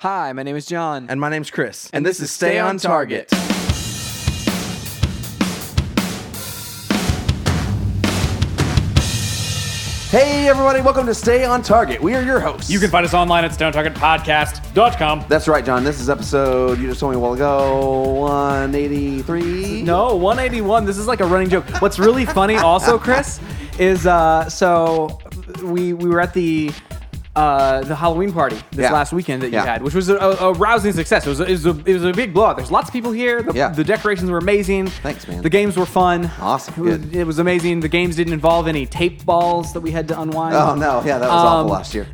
Hi, my name is John. And my name's Chris. And, this, is Stay on Target. Hey, everybody, welcome to Stay on Target. We are your hosts. You can find us online at stonetargetpodcast.com. That's right, John. This is episode, you just told me a while ago, 183. No, 181. This is like a running joke. What's really funny, also, Chris, is uh, so we we were at the uh, the Halloween party this Yeah. last weekend that you Yeah. had, which was a, a, a rousing success. It was a, it was a, it was a big blowout. There's lots of people here. The, Yeah. the decorations were amazing. Thanks, man. The games were fun. Awesome. It was, Good. it was amazing. The games didn't involve any tape balls that we had to unwind. Oh, no. Yeah, that was Um, awful last year.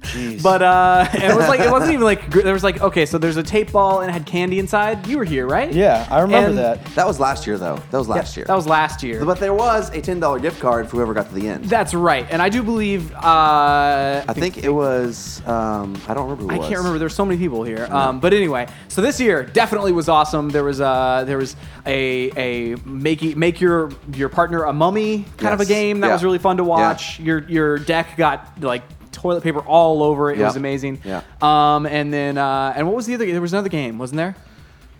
Jeez. But uh, it was like it wasn't even like gr- there was like okay, so there's a tape ball and it had candy inside. You were here, right? Yeah, I remember And- that. that was last year, though. That was last year. That was last year. But there was a $10 gift card for whoever got to the end. That's right, and I do believe. Uh, I think it was, um, I don't remember who it I was. can't remember. There's so many people here. Um, but anyway, so this year definitely was awesome. There was a there was a a make y- make your your partner a mummy kind of a Yes. game that Yeah. was really fun to Yeah. watch. Your your deck got like toilet paper all over it. It Yeah. was amazing. Yeah. Um, and then uh, and what was the other? There was another game, wasn't there?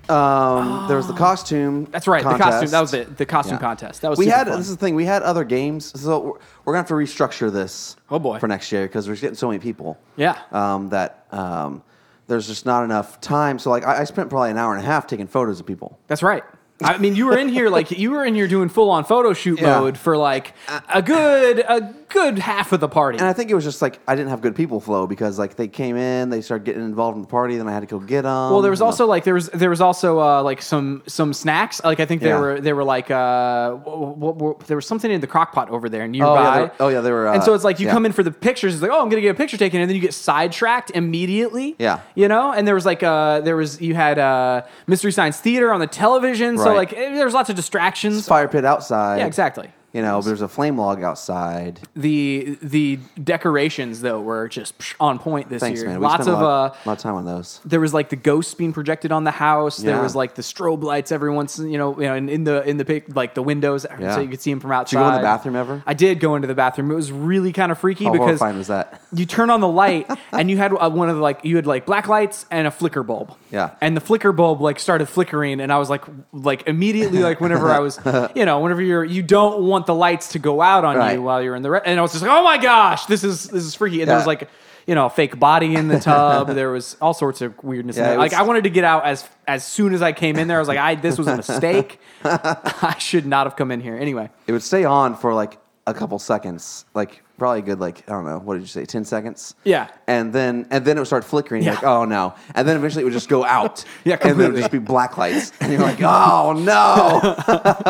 Um, there was the costume. That's right. The costume. contest. That was it. The costume Yeah. contest. That was we super had. fun. This is the thing. We had other games, so we're, we're gonna have to restructure this. Oh, boy. For next year because we're getting so many people. Yeah. Um, that um, there's just not enough time. So like, I, I spent probably an hour and a half taking photos of people. That's right. I mean, you were in here like you were in here doing full on photo shoot Yeah. Uh, mode for like a good a good half of the party. And I think it was just like I didn't have good people flow because like they came in, they started getting involved in the party, then I had to go get them. Well, there was also like there was there was also uh, like some some snacks. Like I think there Yeah. were there were like uh, what, what, what, there was something in the crock pot over there nearby. yeah, there- oh, yeah, they were, and uh, so it's like you yeah. come in for the pictures. It's like oh, I'm gonna get a picture taken, and then you get sidetracked immediately. Yeah. you know. And there was like uh, there was you had uh, Mystery Science Theater on the television. So Right. like eh, there was lots of distractions. fire pit outside. Yeah, exactly. You know, there's a flame log outside. The the decorations though were just psh, on point this Thanks, year. man. We Lots spent of a lot, uh, lot of time on those. there was like the ghosts being projected on the house. Yeah. There was like the strobe lights every once, you know, you know, and in the in the pic, like the windows, Yeah. so you could see them from outside. you go in the bathroom ever? I did go into the bathroom. It was really kind of freaky How because horrifying was that? you turn on the light and you had uh, one of the like you had like black lights and a flicker bulb. Yeah. And the flicker bulb like started flickering, and I was like, like immediately, like whenever I was, you know, whenever you're, you don't want the lights to go out on Right. you while you're in the, re- and I was just like, oh my gosh, this is this is freaky. And there Yeah. was like, you know, a fake body in the tub. there was all sorts of weirdness. in Yeah, there. it Like was- I wanted to get out as as soon as I came in there. I was like, I this was a mistake. I should not have come in here. Anyway, it would stay on for like a couple seconds, like probably a good like I don't know what did you say, ten seconds? Yeah. and then and then it would start flickering. You're Yeah. like oh no, and then eventually it would just go out. Yeah, and then it completely. would just be black lights, and you're like oh no,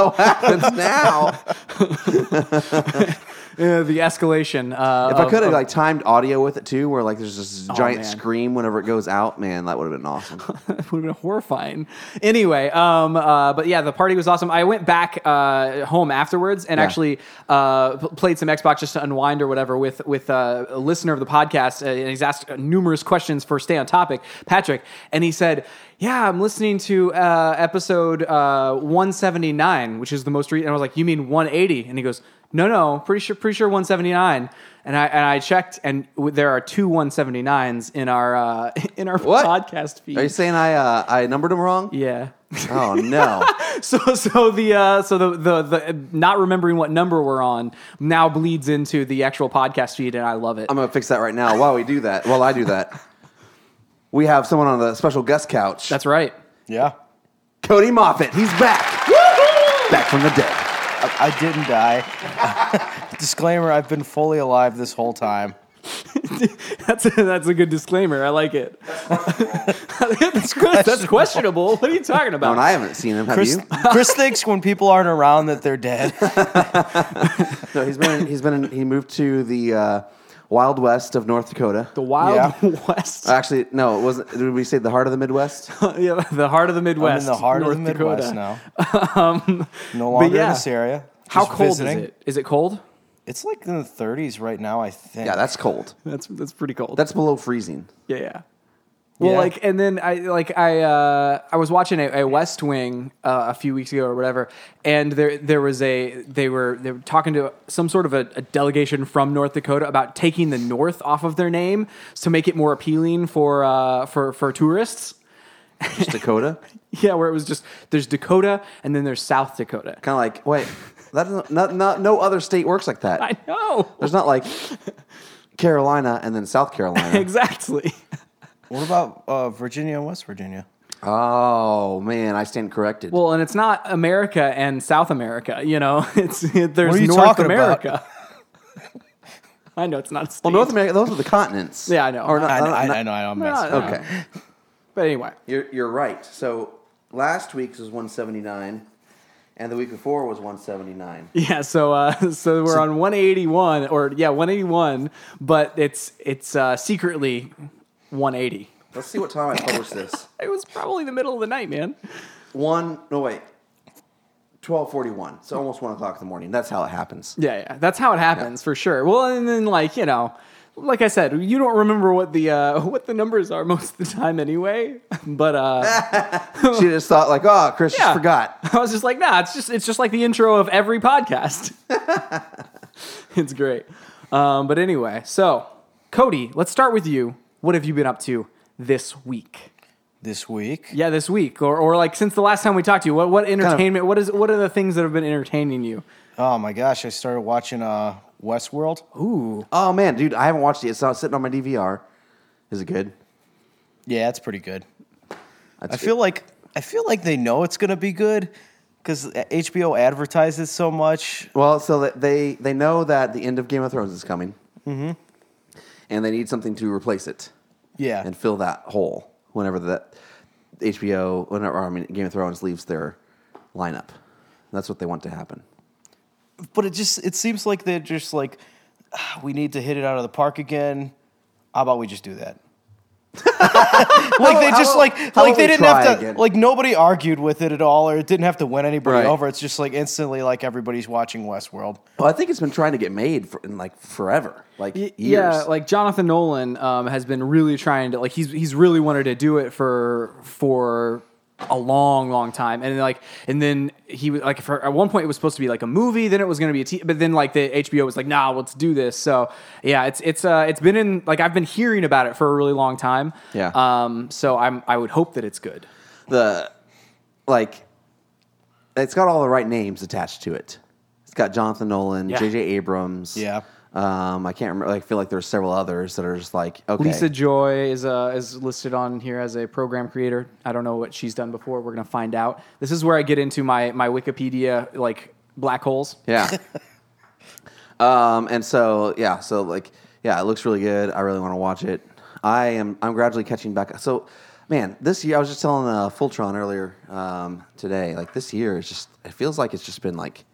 what happens now? uh, the escalation. Uh, If I could have like timed audio with it too, where like there's this giant man. scream whenever it goes out, man, that would have been awesome. would have been horrifying. Anyway, um, uh, but yeah, the party was awesome. I went back uh, home afterwards and Yeah. actually uh, p- played some Xbox just to unwind or whatever with with uh, a listener of the podcast, uh, and he's asked numerous questions for stay on topic, Patrick, and he said. Yeah, I'm listening to uh, episode uh, 179, which is the most recent. And I was like, "You mean 180?" And he goes, "No, no, pretty sure, pretty sure 179." And I and I checked, and w- there are two 179s in our uh, in our What? podcast feed. Are you saying I uh, I numbered them wrong? Yeah. Oh no, So so the uh, so the, the the not remembering what number we're on now bleeds into the actual podcast feed, and I love it. I'm gonna fix that right now. While we do that, while I do that, we have someone on the special guest couch. That's right. Yeah. Cody Moffat. He's back. Back from the dead. I, I didn't die. Disclaimer I've been fully alive this whole time. That's a, that's a good disclaimer. I like it. that's, good. that's questionable. What are you talking No, about? Oh, and I haven't seen him. Have Chris, you? Chris thinks when people aren't around that they're dead. No, he's been. He's been. In, he moved to the uh, Wild West of North Dakota. the Wild Yeah. West, Actually, no. It wasn't. Did we say the heart of the Midwest? yeah, the heart of the I'm Midwest, in the heart North of the Midwest Dakota. now. no longer yeah. in this area. How Just cold visiting. is it? Is it cold? It's like in the 30s right now, I think. Yeah, that's cold. That's that's pretty cold. That's below freezing. yeah, yeah. Well, Yeah. like, and then I like I uh, I was watching a, a West Wing uh, a few weeks ago or whatever, and there there was a they were they were talking to some sort of a, a delegation from North Dakota about taking the North off of their name to make it more appealing for uh, for for tourists. Just Dakota. Yeah, where it was just there's Dakota and then there's South Dakota. kind of like wait, that doesn't, not, not, no other state works like that. I know There's not like Carolina and then South Carolina. exactly. What about uh, Virginia and West Virginia? oh man, I stand corrected. Well, and it's not America and South America. You know, it's it, there's What are you North talking America. I know it's not. a well, state. North America, those are the continents. Yeah, I know. Or not, I, not- I, not- I know, I know, I'm Uh, No, messing no. up. Okay, But anyway, you're you're right. So last week's was 179, and the week before was 179. yeah. So uh, so we're on 181 or yeah 181, but it's it's uh, secretly 180. Let's see what time I published this. It was probably the middle of the night, man. One, no wait, 12:41. So almost one o'clock in the morning. That's how it happens. Yeah, yeah. That's how it happens for sure. Well, and then like you know. Like I said, you don't remember what the uh, what the numbers are most of the time anyway. But uh, She just thought like, oh, Chris just Yeah. forgot. I was just like, nah, it's just it's just like the intro of every podcast. it's great. Um, but anyway, so Cody, let's start with you. What have you been up to this week? This week, Yeah, this week, or or like since the last time we talked to you. What what entertainment? what is what are the things that have been entertaining you? oh my gosh, I started watching uh, Westworld. Ooh, Oh man, dude, I haven't watched it. It's not sitting on my DVR. Is it good? Yeah, that's pretty good. That's I feel like I feel like they know it's gonna be good because HBO advertises so much. Well, so that they they know that the end of Game of Thrones is coming, Mm-hmm. and they need something to replace it Yeah, and fill that hole whenever that HBO, whenever I mean Game of Thrones leaves their lineup. That's what they want to happen. but it just it seems like they're just like "Ah, we need to hit it out of the park again. How about we just do that? like they just how- like how like about they we didn't try have to again? like nobody argued with it at all or it didn't have to win anybody Right. over. It's just like instantly like everybody's watching Westworld. Well, I think it's been trying to get made for, in like forever, like Y- years. Yeah, like Jonathan Nolan um, has been really trying to like he's he's really wanted to do it for for a long long time and like and then he was like for at one point it was supposed to be like a movie then it was going to be a t- but then like the HBO was like nah let's do this so yeah it's it's uh it's been in like I've been hearing about it for a really long time Yeah. um so I'm I would hope that it's good the like it's got all the right names attached to it. It's got Jonathan Nolan, Yeah. J.J. Abrams. Yeah. Um, I can't remember. Like, I feel like there's several others that are just like okay. Lisa Joy is uh, is listed on here as a program creator. I don't know what she's done before. We're gonna find out. This is where I get into my my Wikipedia like black holes. Yeah. um, and so yeah, so like yeah, it looks really good. I really want to watch it. I am I'm gradually catching back. So man, this year I was just telling uh, Fultron earlier um, today. Like this year is just it feels like it's just been like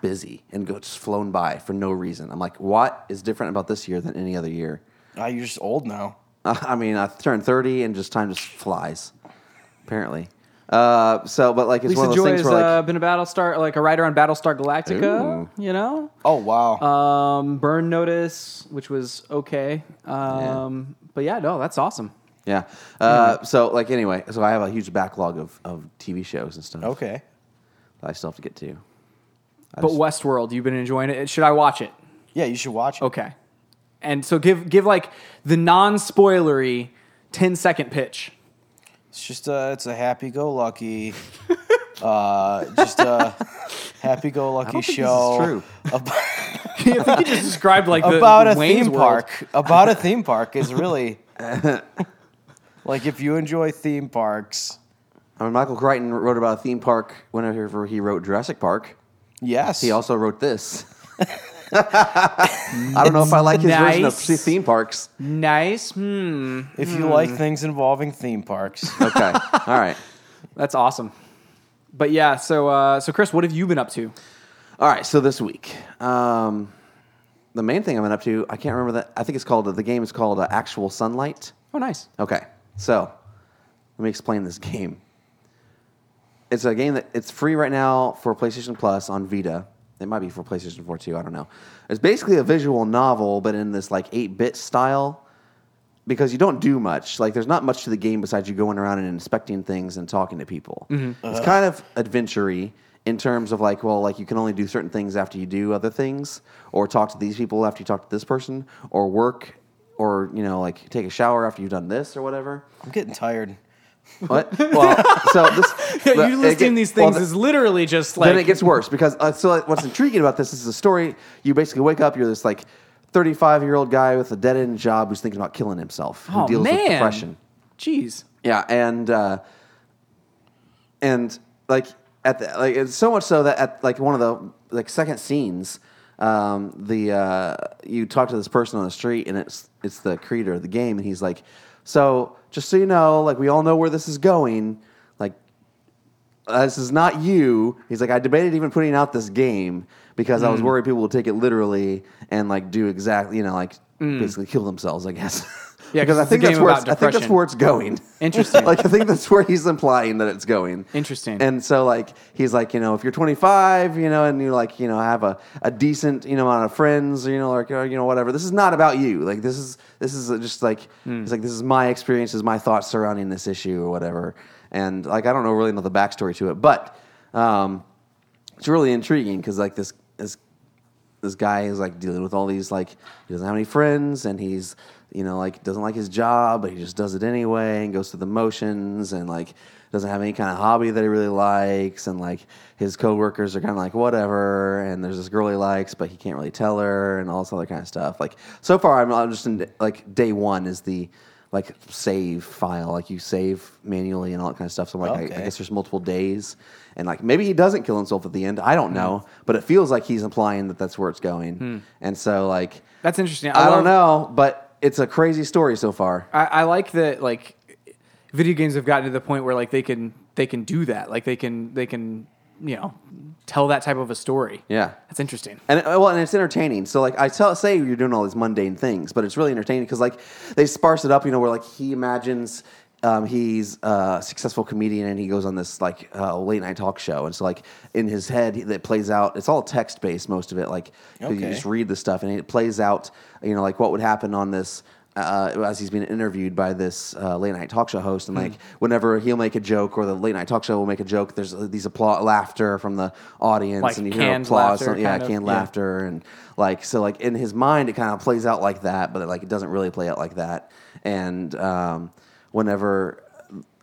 busy and go just flown by for no reason. I'm like, what is different about this year than any other year? Ah, you're just old now. Uh, I mean, I turned 30 and just time just flies. Apparently. Uh, so, but like it's Lisa one of those Joy things has where like, uh, been a Battlestar like a writer on Battlestar Galactica. Ooh. You know, Oh wow. Uh, um, Burn Notice, which was okay. Um, But yeah, no, that's awesome. Yeah. Uh, So, like, anyway, so I have a huge backlog of, of TV shows and stuff okay. that I still have to get to. But Westworld, you've been enjoying it. Should I watch it? Yeah, you should watch it. Okay. And so give give like the non spoilery 10 second pitch. It's just a, it's a happy-go-lucky, uh, just a happy-go-lucky think this is show. true. ab- if you could just describe like the, about the a Wayne's theme World- park. About a theme park is really like if you enjoy theme parks. I mean, Michael Crichton wrote about a theme park whenever he wrote Jurassic Park. Yes. He also wrote this. I don't know if I like his version of Nice. theme parks. Nice. Hmm. if you like things involving theme parks, Okay. All right. That's awesome. But yeah, so uh, so Chris, what have you been up to? All right. So, this week, um, the main thing I've been up to, I can't remember that. I think it's called, the game is called uh, Actual Sunlight. Oh, nice. Okay, so let me explain this game. It's a game that it's free right now for PlayStation Plus on Vita. It might be for PlayStation 4 too. I don't know. It's basically a visual novel, but in this like eight bit style, because you don't do much. Like there's not much to the game besides you going around and inspecting things and talking to people. Mm-hmm. It's kind of adventure-y in terms of like, well, like you can only do certain things after you do other things, or talk to these people after you talk to this person, or work, or you know, like take a shower after you've done this or whatever. I'm getting tired. What? well, so this Yeah, the- you it listing get- these well, things the- is literally just like then it gets worse because uh, so like, what's intriguing about this is the story. You basically wake up, you're this like 35 year old guy with a dead end job who's thinking about killing himself, who oh deals man, with depression. Jeez, Yeah, and uh, and like at the like it's so much so that at like one of the like second scenes, um, the uh, you talk to this person on the street and it's it's the creator of the game and he's like, so just so you know, like we all know where this is going, like uh, this is not you. He's like, I debated even putting out this game because I was Mm. worried people would take it literally and like do exactly, you know, like basically kill themselves, I guess. Mm. Yeah, 'cause because I it's a think that's game where about it's- I think that's depression. where it's going. Interesting. like I think that's where he's implying that it's going. Interesting. And so like he's like, you know, if you're 25, you know, and you like, you know, have a, a decent, you know, amount of friends, you know, like or, you know, whatever. This is not about you. Like this is this is just like Hmm. it's like this is my experiences, my thoughts surrounding this issue or whatever. And like I don't know really know the backstory to it, but um, it's really intriguing because like this this this guy is like dealing with all these like he doesn't have any friends and he's you know like doesn't like his job but he just does it anyway and goes through the motions and like doesn't have any kind of hobby that he really likes and like his coworkers are kind of like whatever and there's this girl he likes but he can't really tell her and all this other kind of stuff like so far I'm, I'm just in like day one is the like save file like you save manually and all that kind of stuff so I'm like I- I, Okay. guess there's multiple days and like maybe he doesn't kill himself at the end i don't know but it feels like he's implying that that's where it's going and so like that's interesting. i, love- don't know but it's a crazy story so far I, I like that like video games have gotten to the point where like they can they can do that. Like they can they can you know tell that type of a story. yeah that's interesting. And it- well, and it's entertaining. So like I tell, say you're doing all these mundane things, but it's really entertaining because like they sparse it up. You know, where like he imagines. Um, he's a successful comedian and he goes on this like uh, late night talk show. And so, like, in his head, that plays out, it's all text based, most of it. Like, 'cause you Okay. just read the stuff and it plays out, you know, like what would happen on this uh, as he's being interviewed by this uh, late night talk show host, and like whenever he'll make a joke or the late night talk show will make a joke, there's uh, these applaud laughter from the audience, Like and you hear canned applause, laughter, some- yeah, kind of, canned yeah. laughter, and like so, like in his mind, it kind of plays out like that, but like it doesn't really play out like that. And um, whenever,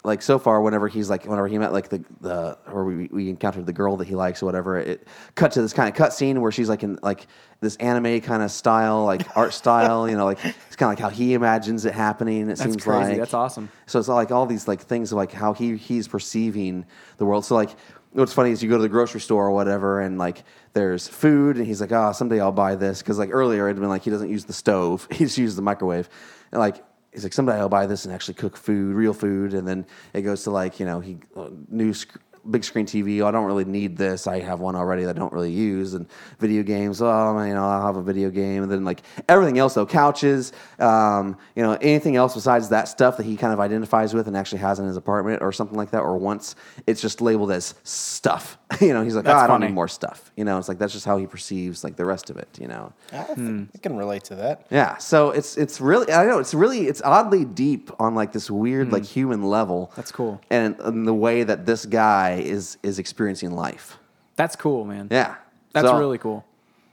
like so far, whenever he's like, whenever he met like the the or we we encountered the girl that he likes or whatever, it cut to this kind of cut scene where she's like in like this anime kind of style, like art style, you know, like it's kind of like how he imagines it happening. It seems crazy. like That's awesome. so it's like all these like things of like how he he's perceiving the world. So like what's funny is you go to the grocery store or whatever, and like there's food, and he's like, oh, someday I'll buy this because like earlier it had been like he doesn't use the stove, he just uses the microwave, and like. He's like, someday I'll buy this and actually cook food, real food. And then it goes to like, you know, he uh, new sc- big screen TV. I don't really need this. I have one already that I don't really use. And video games. Oh, man, you know, I'll have a video game. And then like everything else though, couches. Um, you know, anything else besides that stuff that he kind of identifies with and actually has in his apartment or something like that, or once it's just labeled as stuff. you know, he's like, oh, That's I don't funny. need more stuff. You know, it's like that's just how he perceives like the rest of it. You know. I, Hmm. think I can relate to that. Yeah, so it's it's really I know it's really it's oddly deep on like this weird like human level. Mm. That's cool. and, and the way that this guy is is experiencing life. That's cool, man. Yeah, that's So, really cool.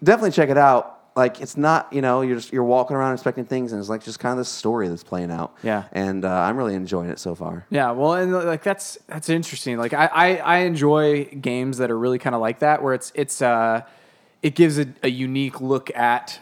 Definitely check it out. Like it's not you know you're just, you're walking around inspecting things and it's like just kind of this story that's playing out. Yeah. and uh, I'm really enjoying it so far. Yeah, well, and like that's that's interesting. Like I I, I enjoy games that are really kind of like that, where it's it's uh it gives a, a unique look at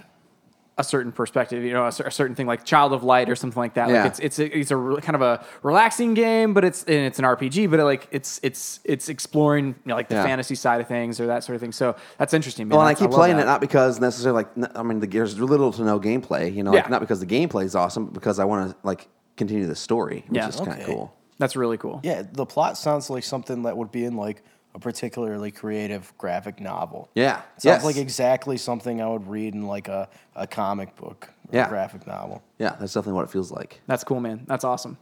a certain perspective, you know, a, cer- a certain thing like Child of Light or something like that. Yeah. Like it's it's a, it's a re- kind of a relaxing game, but it's and it's an RPG, but it, like it's it's it's exploring you know, like the Yeah. fantasy side of things or that sort of thing. So that's interesting. Man. Well, and I That's- keep love playing that. it not because necessarily like n- I mean the, there's little to no gameplay. You know, Yeah. like, not because the gameplay is awesome, but because I want to like continue the story, which Yeah. is kind Okay. of cool. That's really cool. Yeah, the plot sounds like something that would be in like a particularly creative graphic novel. Yeah. It sounds Yes. like exactly something I would read in like a, a comic book or Yeah. graphic novel. Yeah, that's definitely what it feels like. That's cool, man. That's awesome.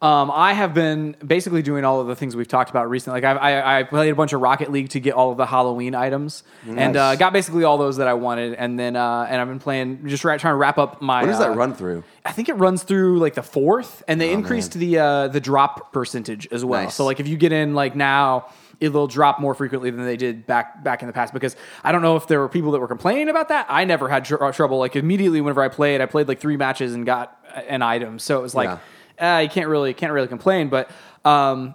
Um, I have been basically doing all of the things we've talked about recently. Like I've, I, I played a bunch of Rocket League to get all of the Halloween items, and uh, Nice. got basically all those that I wanted. And then uh, and I've been playing just ra- trying to wrap up my. What does that uh, run through? I think it runs through like the fourth, and they increased the uh, the drop percentage as well. Oh, Nice. So like if you get in like now, it'll drop more frequently than they did back back in the past. Because I don't know if there were people that were complaining about that. I never had tr- uh, trouble. Like immediately whenever I played, I played like three matches and got a- an item. So it was like uh, you can't really can't really complain. But um,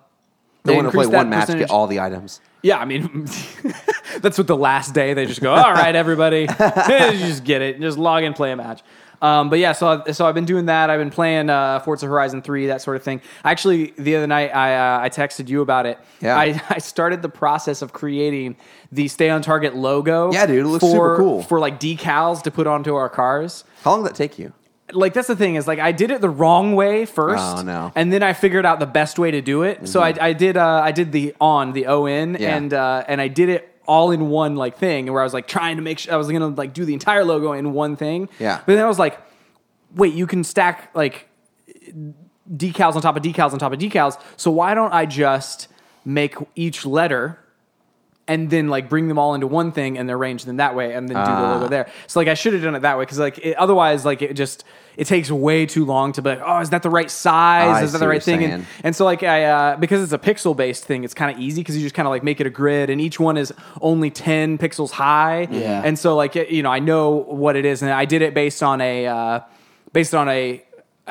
They, want to play increased that one match, percentage. get all the items. Yeah, I mean, that's what the last day they just go, all right, everybody, you just get it, just log in, play a match. Um, but yeah, so I, so I've been doing that. I've been playing uh, Forza Horizon three, that sort of thing. Actually, the other night I uh, I texted you about it. Yeah. I, I started the process of creating the Stay on Target logo. Yeah, dude, it looks for, super cool. for like decals to put onto our cars How long did that take you? like that's the thing is like I did it the wrong way first, Oh, no. Mm-hmm. and then I figured out the best way to do it. So I, I did uh, I did the on the O N Yeah. and uh, and I did it all in one like thing where I was like trying to make sure I was gonna like do the entire logo in one thing. Yeah. but then I was like, wait, you can stack like decals on top of decals on top of decals. So why don't I just make each letter and then like bring them all into one thing and arrange them that way and then do the Ah. logo there. So like I should have done it that way because like it, otherwise like it just it takes way too long to be like oh is that the right size Oh, I is that see the what right you're thing and, saying. and so like I uh, because it's a pixel based thing it's kind of easy because you just kind of like make it a grid and each one is only ten pixels high Yeah. and so like it- you know I know what it is and I did it based on a uh, based on a. a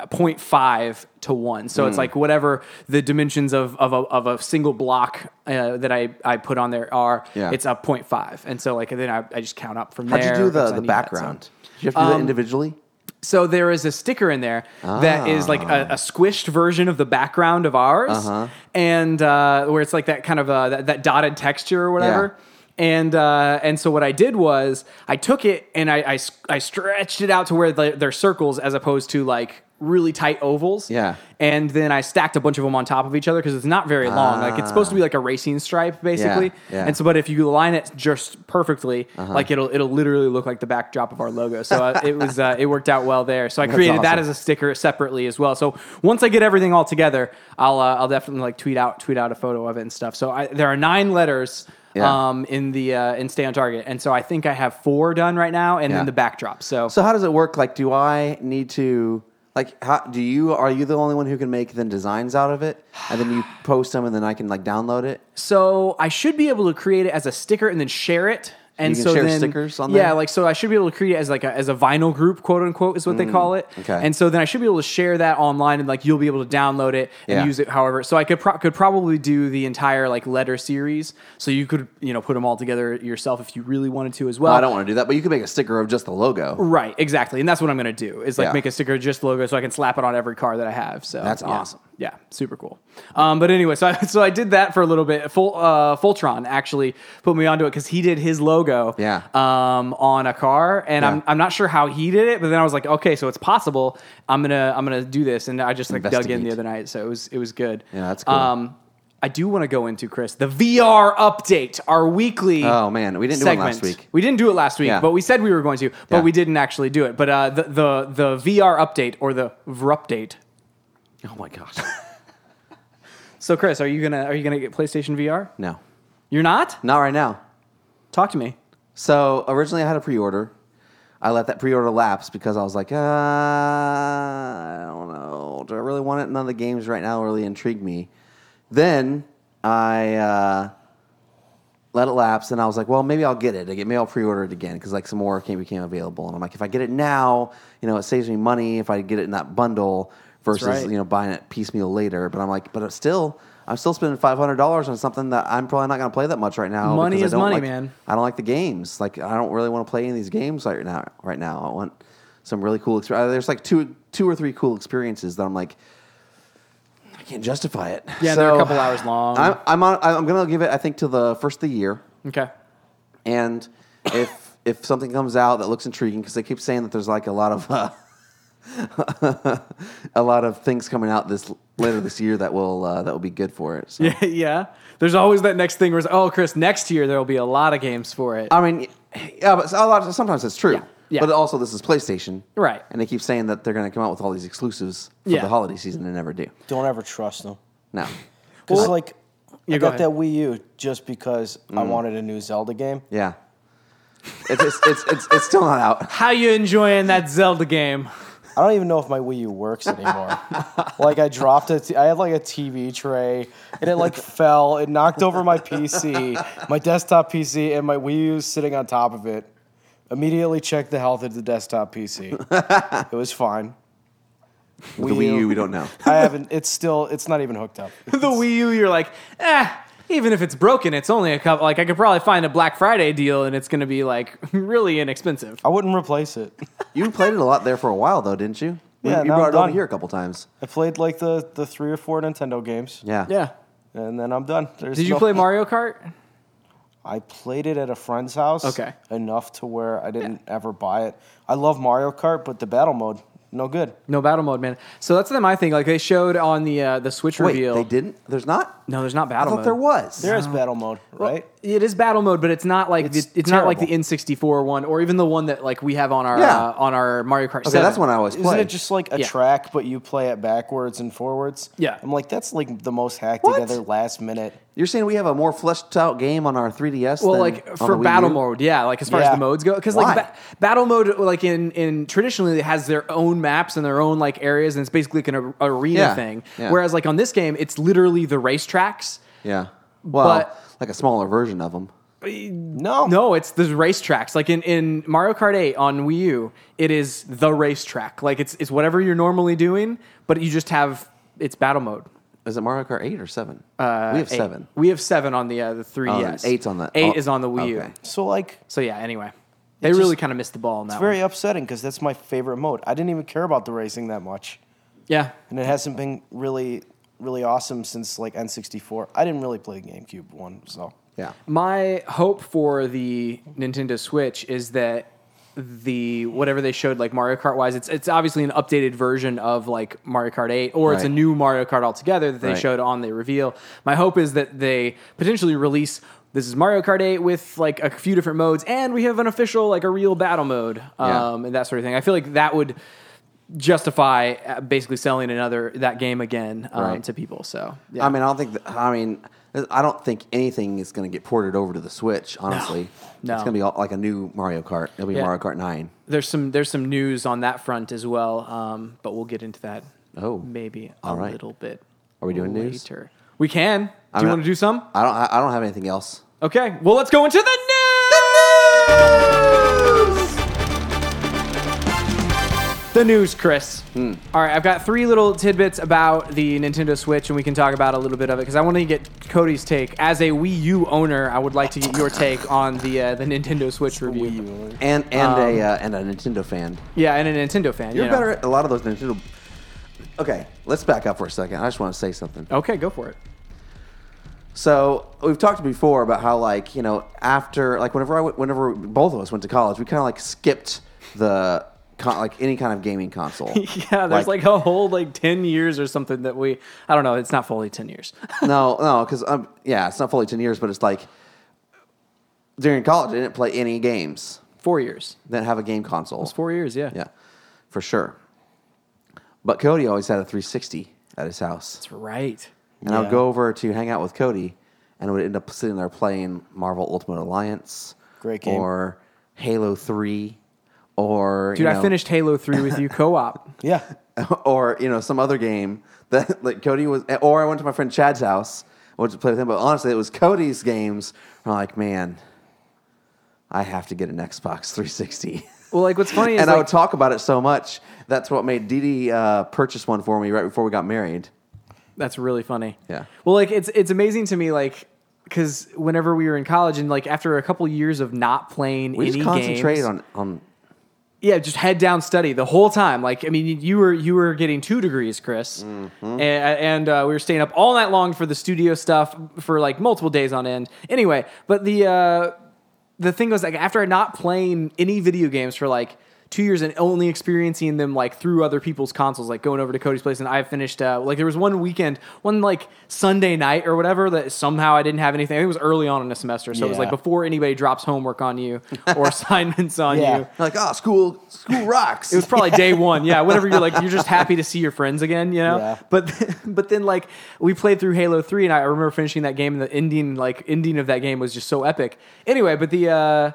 0.5 to 1 so Hmm. it's like whatever the dimensions of of a, of a single block uh, that I, I put on there are Yeah. it's up 0.5 and so like and then I, I just count up from How'd there you do the, because I the need that, so- background? Did you have to do that individually? so there is a sticker in there that is like a, Ah. a squished version of the background of ours, Uh-huh. and uh, where it's like that kind of uh, that, that dotted texture or whatever. And uh, and so what I did was I took it and I I, s- I stretched it out to where the, they're circles as opposed to like really tight ovals. Yeah. And then I stacked a bunch of them on top of each other because it's not very long. Like it's supposed to be like a racing stripe basically. Ah. yeah. And so, but if you align it just perfectly, Uh-huh. like it'll it'll literally look like the backdrop of our logo. So uh, it was uh, it worked out well there. So I created that awesome. as a sticker separately as well. So once I get everything all together, I'll uh, I'll definitely like tweet out tweet out a photo of it and stuff. So I, there are nine letters. Yeah. Um, in the uh, in stay on target, and so I think I have four done right now, and Yeah. then the backdrop. So, So how does it work? Like, do I need to like? How do you? Are you the only one who can make then designs out of it, and then you post them, and then I can like download it? So I should be able to create it as a sticker and then share it. And You can so share then, stickers on Yeah, there? like so I should be able to create it as like a, as a vinyl group, quote unquote, is what they call it. Mm, okay. And so then I should be able to share that online, and like you'll be able to download it and Yeah. use it however. So I could pro- could probably do the entire like letter series. So you could you know put them all together yourself if you really wanted to as well. I don't want to do that, but you can make a sticker of just the logo. Right, exactly, and that's what I'm going to do is like Yeah. make a sticker just logo so I can slap it on every car that I have. So That's yeah. awesome. Yeah, super cool. Um, but anyway, so I, so I did that for a little bit. Full, uh, Fultron actually put me onto it because he did his logo. Yeah. Um, on a car, and I'm Yeah. I'm not sure how he did it, but then I was like, okay, so it's possible. I'm gonna I'm gonna do this, and I just like dug in Investigate. the other night, so it was it was good. Yeah, that's cool. Um, I do want to go into Chris the VR update, our weekly. Oh, man, we didn't do one last segment. week. We didn't do it last week, Yeah. but we said we were going to, but Yeah. we didn't actually do it. But uh, the, the the VR update or the VR update. Oh my gosh. So Chris, are you gonna are you gonna get PlayStation VR? no, You're not. not right now. Talk to me. So originally I had a pre-order. I let that pre-order lapse because I was like, uh, I don't know, do I really want it? None of the games right now really intrigue me. Then I uh, let it lapse, and I was like, well, maybe I'll get it. Again, maybe I'll pre-order it again because like some more came became available, and I'm like, if I get it now, you know, it saves me money if I get it in that bundle versus right. you know buying it piecemeal later. But I'm like, but it's still. I'm still spending five hundred dollars on something that I'm probably not going to play that much right now. Money because I is don't money, like- man. I don't like the games. Like I don't really want to play any of these games right now. Right now, I want some really cool. Exp- uh, there's like two, two or three cool experiences that I'm like, I can't justify it. Yeah, they're a couple hours long. I'm I'm, on, I'm gonna give it. I think to the first of the year, Okay. and if if something comes out that looks intriguing, because they keep saying that there's like a lot of. Uh, a lot of things coming out this later this year that will uh, that will be good for it. So. yeah. There's always that next thing where it's oh Chris, next year there will be a lot of games for it. I mean, yeah, but a lot. Sometimes it's true. Yeah. But also, this is PlayStation, Right. And they keep saying that they're going to come out with all these exclusives for Yeah. the holiday season, and never do. Don't ever trust them. No, Because like, I go got that Wii U just because I wanted a new Zelda game. yeah, it's it's, it's it's it's still not out. How you enjoying that Zelda game? I don't even know if my Wii U works anymore. like I dropped it. I had like a TV tray, and it like fell. It knocked over my PC, my desktop PC, and my Wii U is sitting on top of it. Immediately checked the health of the desktop PC. it was fine. With the Wii U, we don't know. I haven't. It's still. It's not even hooked up. the Wii U, you're like, eh. Even if it's broken, it's only a couple. Like I could probably find a Black Friday deal, and it's going to be like really inexpensive. I wouldn't replace it. You played it a lot there for a while, though, didn't you? You- Yeah, you now brought I'm it over done. here a couple times. I played like the the three or four Nintendo games. Yeah, Yeah. and then I'm done. There's Did you no- play Mario Kart? I played it at a friend's house. Okay. Enough to where I didn't ever buy it. I love Mario Kart, but the battle mode, no good. No battle mode, man. So that's my thing. Like they showed on the uh, the Switch Wait, reveal. they didn't. There's not. No, there's not I battle thought mode. there was. There is battle mode, right? It is battle mode, but it's not like It's the, it's not like the terrible. N64 one or even the one that like we have on our Yeah. uh, on our Mario Kart. okay, 7. that's when I always Isn't played. it just like a Yeah. track, but you play it backwards and forwards? Yeah. I'm like, that's like the most hacked What? together last minute. You're saying we have a more fleshed out game on our 3DS? Well, than like on for the Wii battle U? mode, yeah. Like as far as Yeah. the modes go, because Why? like ba- battle mode, like in in traditionally, it has their own maps and their own like areas, and it's basically like an ar- arena Yeah. thing. Yeah. Whereas like on this game, it's literally the racetracks. Yeah. Well, But- like a smaller version of them. No. No, it's the racetracks. Like in, in Mario Kart 8 on Wii U, it is the racetrack. Like it's it's whatever you're normally doing, but you just have it's battle mode. Is it Mario Kart 8 or 7? Uh, we have Eight. 7. We have seven on the uh, the three. Oh, yes, eight's on the- eight oh, is on the Wii U. okay. So, like, So yeah. Anyway, they just- really kind of missed the ball on that. very one. upsetting because that's my favorite mode. I didn't even care about the racing that much. Yeah. And it hasn't been really, really awesome since like N64. I didn't really play the GameCube one, so. Yeah. My hope for the Nintendo Switch is that the whatever they showed like Mario Kart wise, it's it's obviously an updated version of like Mario Kart 8, or it's a Right. new Mario Kart altogether that they Right. showed on the reveal. My hope is that they potentially release this is Mario Kart 8 with like a few different modes, and we have an official like a real battle mode, Yeah. um, and that sort of thing. I feel like that would justify uh, basically selling another that game again um, Right. to people. So yeah. I mean, I don't think. That, I mean, I don't think anything is going to get ported over to the Switch. Honestly, No. it's going to be all, like a new Mario Kart. It'll be Yeah. Mario Kart Nine. there's some there's some news on that front as well, um, but we'll get into that. Oh. maybe a All right. little bit. Are we doing later. news? We can. Do you mean, want to do some? I don't. I, I don't have anything else. Okay. Well, let's go into the news. The news, Chris. Hmm. All right, I've got three little tidbits about the Nintendo Switch, and we can talk about a little bit of it because I want to get Cody's take. As a Wii U owner, I would like to get your take on the uh, the Nintendo Switch review. And and a uh, and a Nintendo fan. Yeah, and a Nintendo fan. You're you know. better at a lot of those Nintendo. Okay, let's back up for a second. I just want to say something. Okay, go for it. So we've talked before about how like you know after like whenever I went, whenever both of us went to college, we kind of like skipped the con- like any kind of gaming console. Yeah, there's like, a whole like ten years or something that we I don't know. It's not fully ten years. no, no, because um, yeah, it's not fully ten years, but it's like during college, I didn't play any games four years. that have a game console. It's four years. Yeah. Yeah, for sure. But Cody always had a 360 at his house, That's right. and I'd Yeah. go over to hang out with Cody, and would end up sitting there playing Marvel Ultimate Alliance, Great game. or Halo Three, or Dude, you I know, finished Halo Three with you co-op. Yeah. or you know some other game that like Cody was, or I went to my friend Chad's house, I went to play with him. But honestly, it was Cody's games. I'm like, man, I have to get an Xbox 360. Well, like what's funny is and I like, would talk about it so much. That's what made Dee Dee uh, purchase one for me right before we got married. That's really funny. Yeah. Well, like it's it's amazing to me, like because whenever we were in college and like after a couple years of not playing We any just concentrated games, on on yeah, just head down study the whole time. Like I mean, you were you were getting two degrees, Chris, Mm-hmm. and, and uh, we were staying up all night long for the studio stuff for like multiple days on end. Anyway, but the uh, the thing was like after not playing any video games for like. two years and only experiencing them like through other people's consoles, like going over to Cody's place. And I finished uh, like there was one weekend, one like Sunday night or whatever that somehow I didn't have anything. I think it was early on in the semester, so it was Yeah. like before anybody drops homework on you or assignments on Yeah. you. Like, oh, school, school rocks. It was probably day one. Yeah, whenever you're like, you're just happy to see your friends again, you know. Yeah. But but then like we played through Halo Three, and I remember finishing that game, and the ending like ending of that game was just so epic. Anyway, but the. uh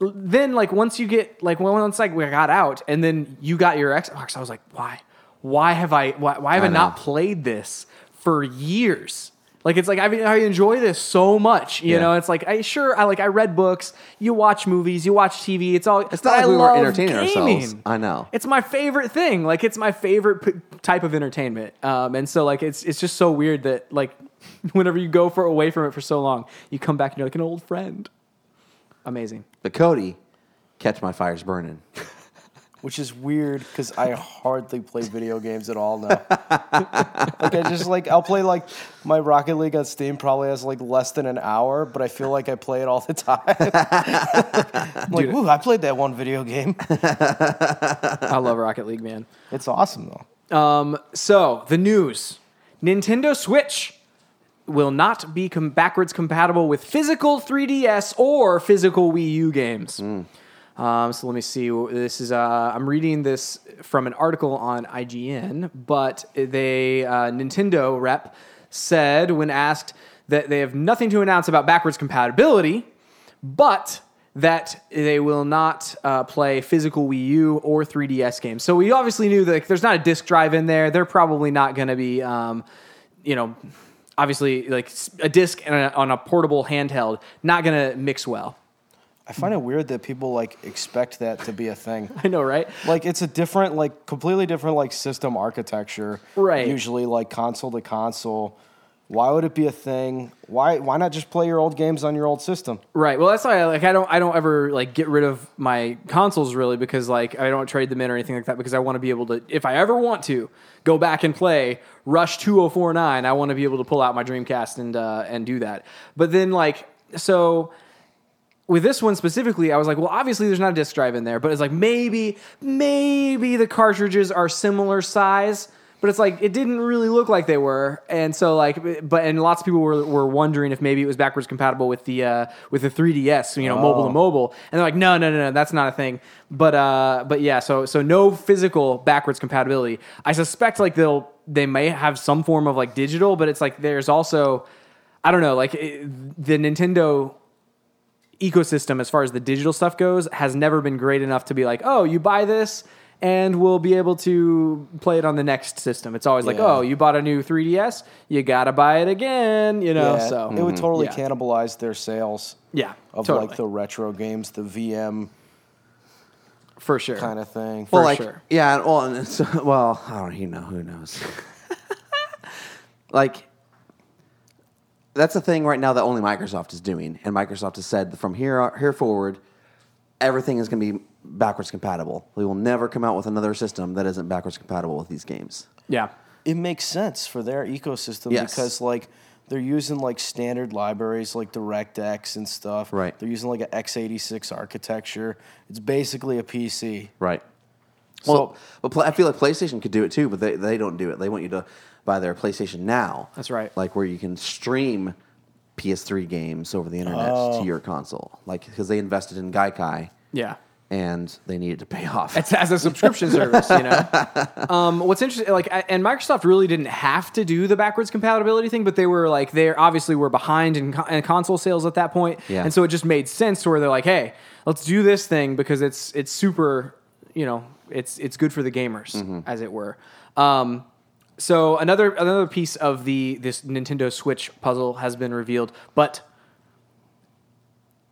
then like once you get like well, once like we got out and then you got your Xbox, I was like, why, why have I why, why have I, I know. not played this for years? Like it's like I, mean, I enjoy this so much, you Yeah. know. It's like I sure I like I read books, you watch movies, you watch TV. It's all It's not but like I we were love entertaining ourselves. gaming. I know. It's my favorite thing. Like it's my favorite p- type of entertainment. Um, and so like it's it's just so weird that like whenever you go for away from it for so long, you come back and you're like an old friend. Amazing. but Cody, catch my fires burning. which is weird because I hardly play video games at all now. like I just like I'll play like my Rocket League on Steam probably has like less than an hour, but I feel like I play it all the time. I'm like, Dude. ooh, I played that one video game. I love Rocket League, man. It's awesome though. Um, So the news: Nintendo Switch will not be com- backwards compatible with physical 3DS or physical Wii U games. Um, so let me see. This is uh, I'm reading this from an article on IGN, but they uh, Nintendo rep said when asked that they have nothing to announce about backwards compatibility, but that they will not uh, play physical Wii U or 3DS games. So we obviously knew that like, there's not a disc drive in there. They're probably not going to be, um, you know, obviously like s- a disc and a, on a portable handheld not going to mix well. I find it weird that people like expect that to be a thing. I know, right? like it's a different like completely different like system architecture Right. usually like console to console why would it be a thing why why not just play your old games on your old system Right. Well, that's why I, like I don't I don't ever like get rid of my consoles really because like I don't trade them in or anything like that because I want to be able to if I ever want to go back and play Rush 2049, I want to be able to pull out my Dreamcast and uh and do that. But then like so with this one specifically, I was like, well, obviously there's not a disc drive in there, but it's like maybe, maybe the cartridges are similar size, but it's like it didn't really look like they were, and so like, but and lots of people were, were wondering if maybe it was backwards compatible with the uh, with the 3ds, you know, mobile to mobile, and they're like, no, no, no, no, that's not a thing. But uh, but yeah, so so no physical backwards compatibility. I suspect like they'll they may have some form of like digital, but it's like there's also, I don't know, like it, the Nintendo ecosystem as far as the digital stuff goes has never been great enough to be like, oh, you buy this and we'll be able to play it on the next system. It's always like, Yeah. oh, you bought a new 3DS, you gotta buy it again, you know. Yeah, So it Mm-hmm. would totally Yeah. cannibalize their sales yeah, of totally, like the retro games the vm for sure. kind of thing Well, Well, like, sure. yeah, and- well, and it's, well, I don't even know. Who knows? like, that's a thing right now that only Microsoft is doing, and Microsoft has said that from here here forward, everything is going to be backwards compatible. We will never come out with another system that isn't backwards compatible with these games. Yeah, it makes sense for their ecosystem Yes. because like they're using like standard libraries like DirectX and stuff. Right. They're using like an x86 architecture. It's basically a PC. Right. Well, but pl- I feel like PlayStation could do it too, but they, they don't do it. They want you to buy their PlayStation Now. That's right. Like where you can stream PS3 games over the internet Oh. to your console. Like because they invested in Gaikai yeah. and they needed to pay off. It's as a subscription service, you know. Um, what's interesting, like, I- and Microsoft really didn't have to do the backwards compatibility thing, but they were like, they obviously were behind in, con- in console sales at that point, Yeah. and so it just made sense to where they're like, hey, let's do this thing because it's it's super, you know, it's it's good for the gamers, Mm-hmm. as it were. Um, so another another piece of the this Nintendo Switch puzzle has been revealed, but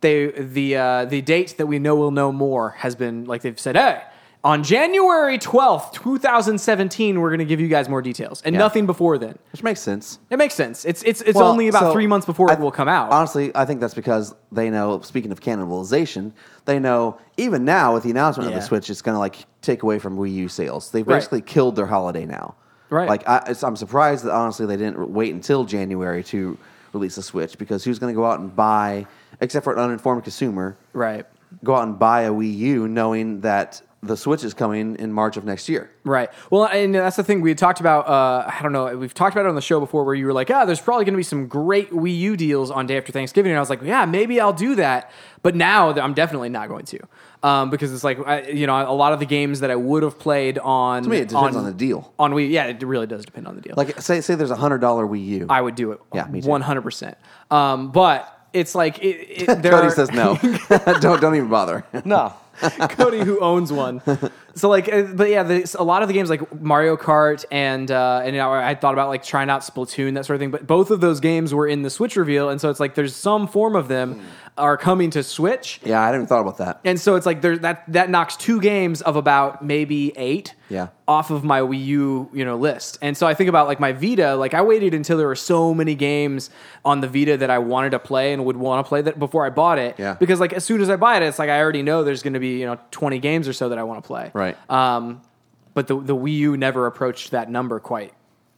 they the uh, the date that we know we'll know more has been like they've said, hey, on January twelfth, two thousand seventeen, we're going to give you guys more details, and Yeah. nothing before then. which makes sense. It makes sense. It's it's it's Well, only about so three months before I- it will come out. Honestly, I think that's because they know. Speaking of cannibalization, they know even now with the announcement of Yeah. the Switch, it's going to like take away from Wii U sales. They've Right. basically killed their holiday now. Right. Like I, it's, I'm surprised that honestly they didn't re- wait until January to release the Switch because who's going to go out and buy, except for an uninformed consumer, right. go out and buy a Wii U knowing that the Switch is coming in March of next year. Right. Well, and that's the thing we had talked about. Uh, I don't know. We've talked about it on the show before, where you were like, "Ah, there's probably going to be some great Wii U deals on day after Thanksgiving," and I was like, "Yeah, maybe I'll do that." But now th- I'm definitely not going to, um, because it's like I, you know a lot of the games that I would have played on. To me, it depends on the deal. On Wii, yeah, it really does depend on the deal. Like say say there's a hundred dollar Wii U. I would do it. Yeah, me too. One hundred percent. Um, But it's like it, it, there Cody are- says no. don't don't even bother. No. Cody, who owns one. So like, uh, but yeah, the, a lot of the games like Mario Kart and uh, and you know, I thought about like trying out Splatoon that sort of thing. But both of those games were in the Switch reveal, and so it's like there's some form of them Hmm. are coming to Switch, Yeah, I hadn't even thought about that. and so it's like there that that knocks two games of about maybe eight Yeah. off of my Wii U you know list. And so I think about like my Vita. Like I waited until there were so many games on the Vita that I wanted to play and would want to play that before I bought it. Yeah. Because like as soon as I buy it, it's like I already know there's going to be you know 20 games or so that I want to play. Right. Um, but the the Wii U never approached that number quite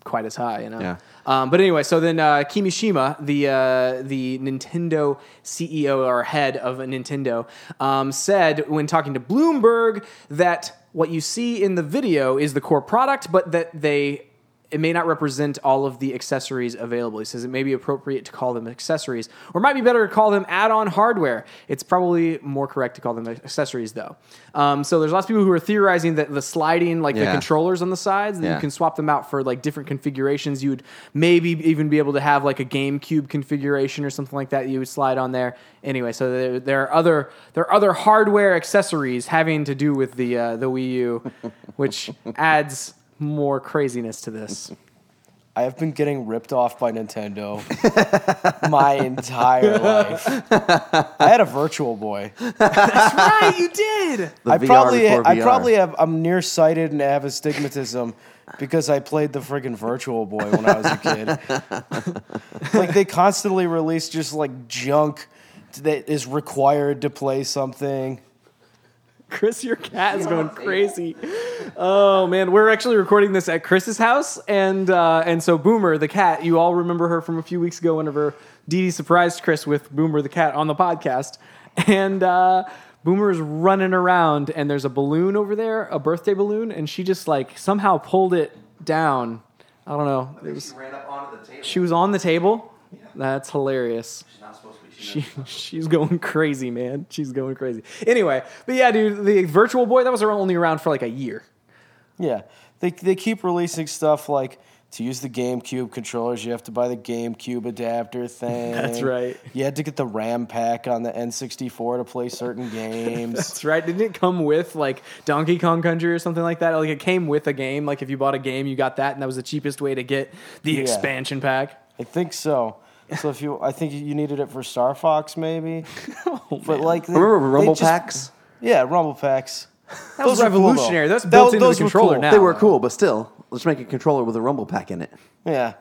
quite as high. You know. Yeah. Um, but anyway, so then uh, Kimishima, the uh, the Nintendo CEO or head of Nintendo, um, said when talking to Bloomberg that what you see in the video is the core product, but that they it may not represent all of the accessories available. He says it may be appropriate to call them accessories, or might be better to call them add-on hardware. It's probably more correct to call them accessories, though. Um, so there's lots of people who are theorizing that the sliding, like the Yeah. controllers on the sides, that you Yeah. can swap them out for like different configurations. You would maybe even be able to have like a GameCube configuration or something like that. You would slide on there anyway. So there, there are other there are other hardware accessories having to do with the uh, the Wii U, which adds more craziness to this. I have been getting ripped off by Nintendo my entire life. I had a Virtual Boy. right, you did. The I VR probably, before I VR. probably have. I'm nearsighted and have astigmatism because I played the friggin' Virtual Boy when I was a kid. like they constantly release just like junk that is required to play something. Chris, your cat is going crazy. Oh man, we're actually recording this at Chris's house, and uh, and so Boomer the cat, you all remember her from a few weeks ago. Whenever Dee Dee surprised Chris with Boomer the cat on the podcast, and uh, Boomer is running around, and there's a balloon over there, a birthday balloon, and she just like somehow pulled it down. I don't know. It was ran up onto the table. she was on the table. That's hilarious. She's not supposed to be. She, she's going crazy, man. She's going crazy. Anyway, but yeah, dude, the Virtual Boy that was only around for like a year. Yeah, they they keep releasing stuff like to use the GameCube controllers, you have to buy the GameCube adapter thing. That's right. You had to get the RAM pack on the N64 to play certain games. That's right. Didn't it come with like Donkey Kong Country or something like that? Like it came with a game. Like if you bought a game, you got that, and that was the cheapest way to get the expansion pack. I think so. So if you, I think you needed it for Star Fox maybe. Oh, but like, they- Remember they Rumble just- packs? Yeah, Rumble packs. That was Those were cool, though. revolutionary. That's Tho- built into the those were controller cool. now. They were cool, but still, let's make a controller with a rumble pack in it. Yeah,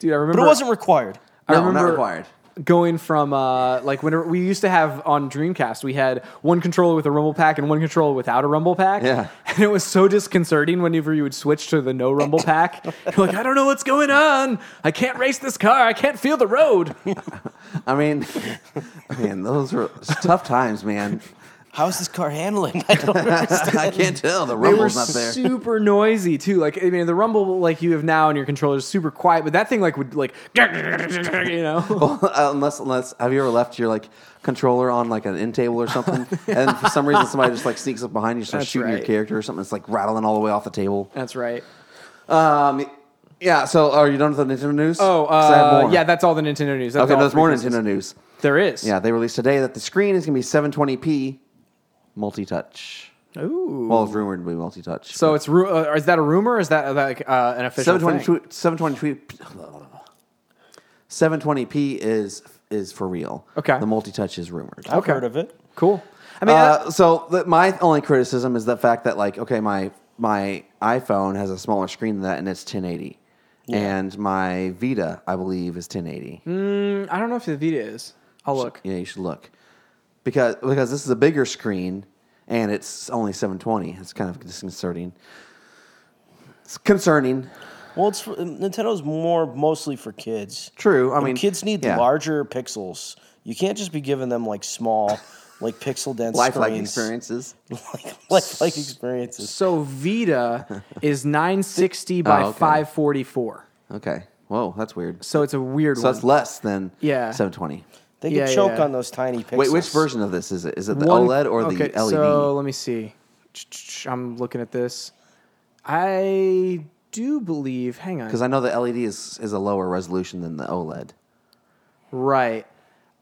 dude. I remember. but it wasn't required. I No, remember not required. going from uh, like whenever we used to have on Dreamcast, we had one controller with a rumble pack and one controller without a rumble pack. Yeah. and it was so disconcerting whenever you would switch to the no rumble pack. You're like, I don't know what's going on. I can't race this car. I can't feel the road. I mean, man, those were tough times, man. How's this car handling? I don't I can't tell. The They were rumble's not there. super noisy too. Like I mean, the rumble like you have now in your controller is super quiet, but that thing like would like you Oh. know. Uh, unless, unless, have you ever left your like controller on like an end table or something, and for some reason somebody just like sneaks up behind you, starts That's shooting right. your character or something. It's like rattling all the way off the table. That's right. Um, yeah. So, oh, are you done with the Nintendo news? Oh 'Cause I have uh, more. yeah, that's all the Nintendo news. That's okay, all there's three more pieces. Nintendo news. There is. Yeah, they released today that the screen is going to be 720p multi-touch. Ooh. Well, it's rumored to be multi-touch. So it's ru- uh, is that a rumor? Or is that uh, like uh, an official thing? 720 720p 720p is is for real. Okay. The multi-touch is rumored. I've Okay. heard of it. Cool. I mean, uh, Uh, so the, my only criticism is the fact that like okay my my iPhone has a smaller screen than that and it's 1080. And my Vita, I believe, is 1080. mm, I don't know if the Vita is. I'll look. Yeah, you should look because because this is a bigger screen and it's only 720. It's kind of disconcerting. It's concerning. Well, it's for, Nintendo's more mostly for kids. True, I And mean, kids need yeah. larger pixels. You can't just be giving them like small like pixel dense Lifelike screens. experiences. like like experiences. So Vita is 960 by Oh, okay. 544. Okay. Whoa, that's weird. So it's a weird So one. that's less than Yeah. 720. They Yeah, could yeah, choke yeah. on those tiny pixels. Wait, which version of this is it? Is it the One- OLED or okay, the E LED? So let me see. Ch- ch- ch- I'm looking at this. I do believe. Hang on. Because I know the LED is, is a lower resolution than the E OLED. Right.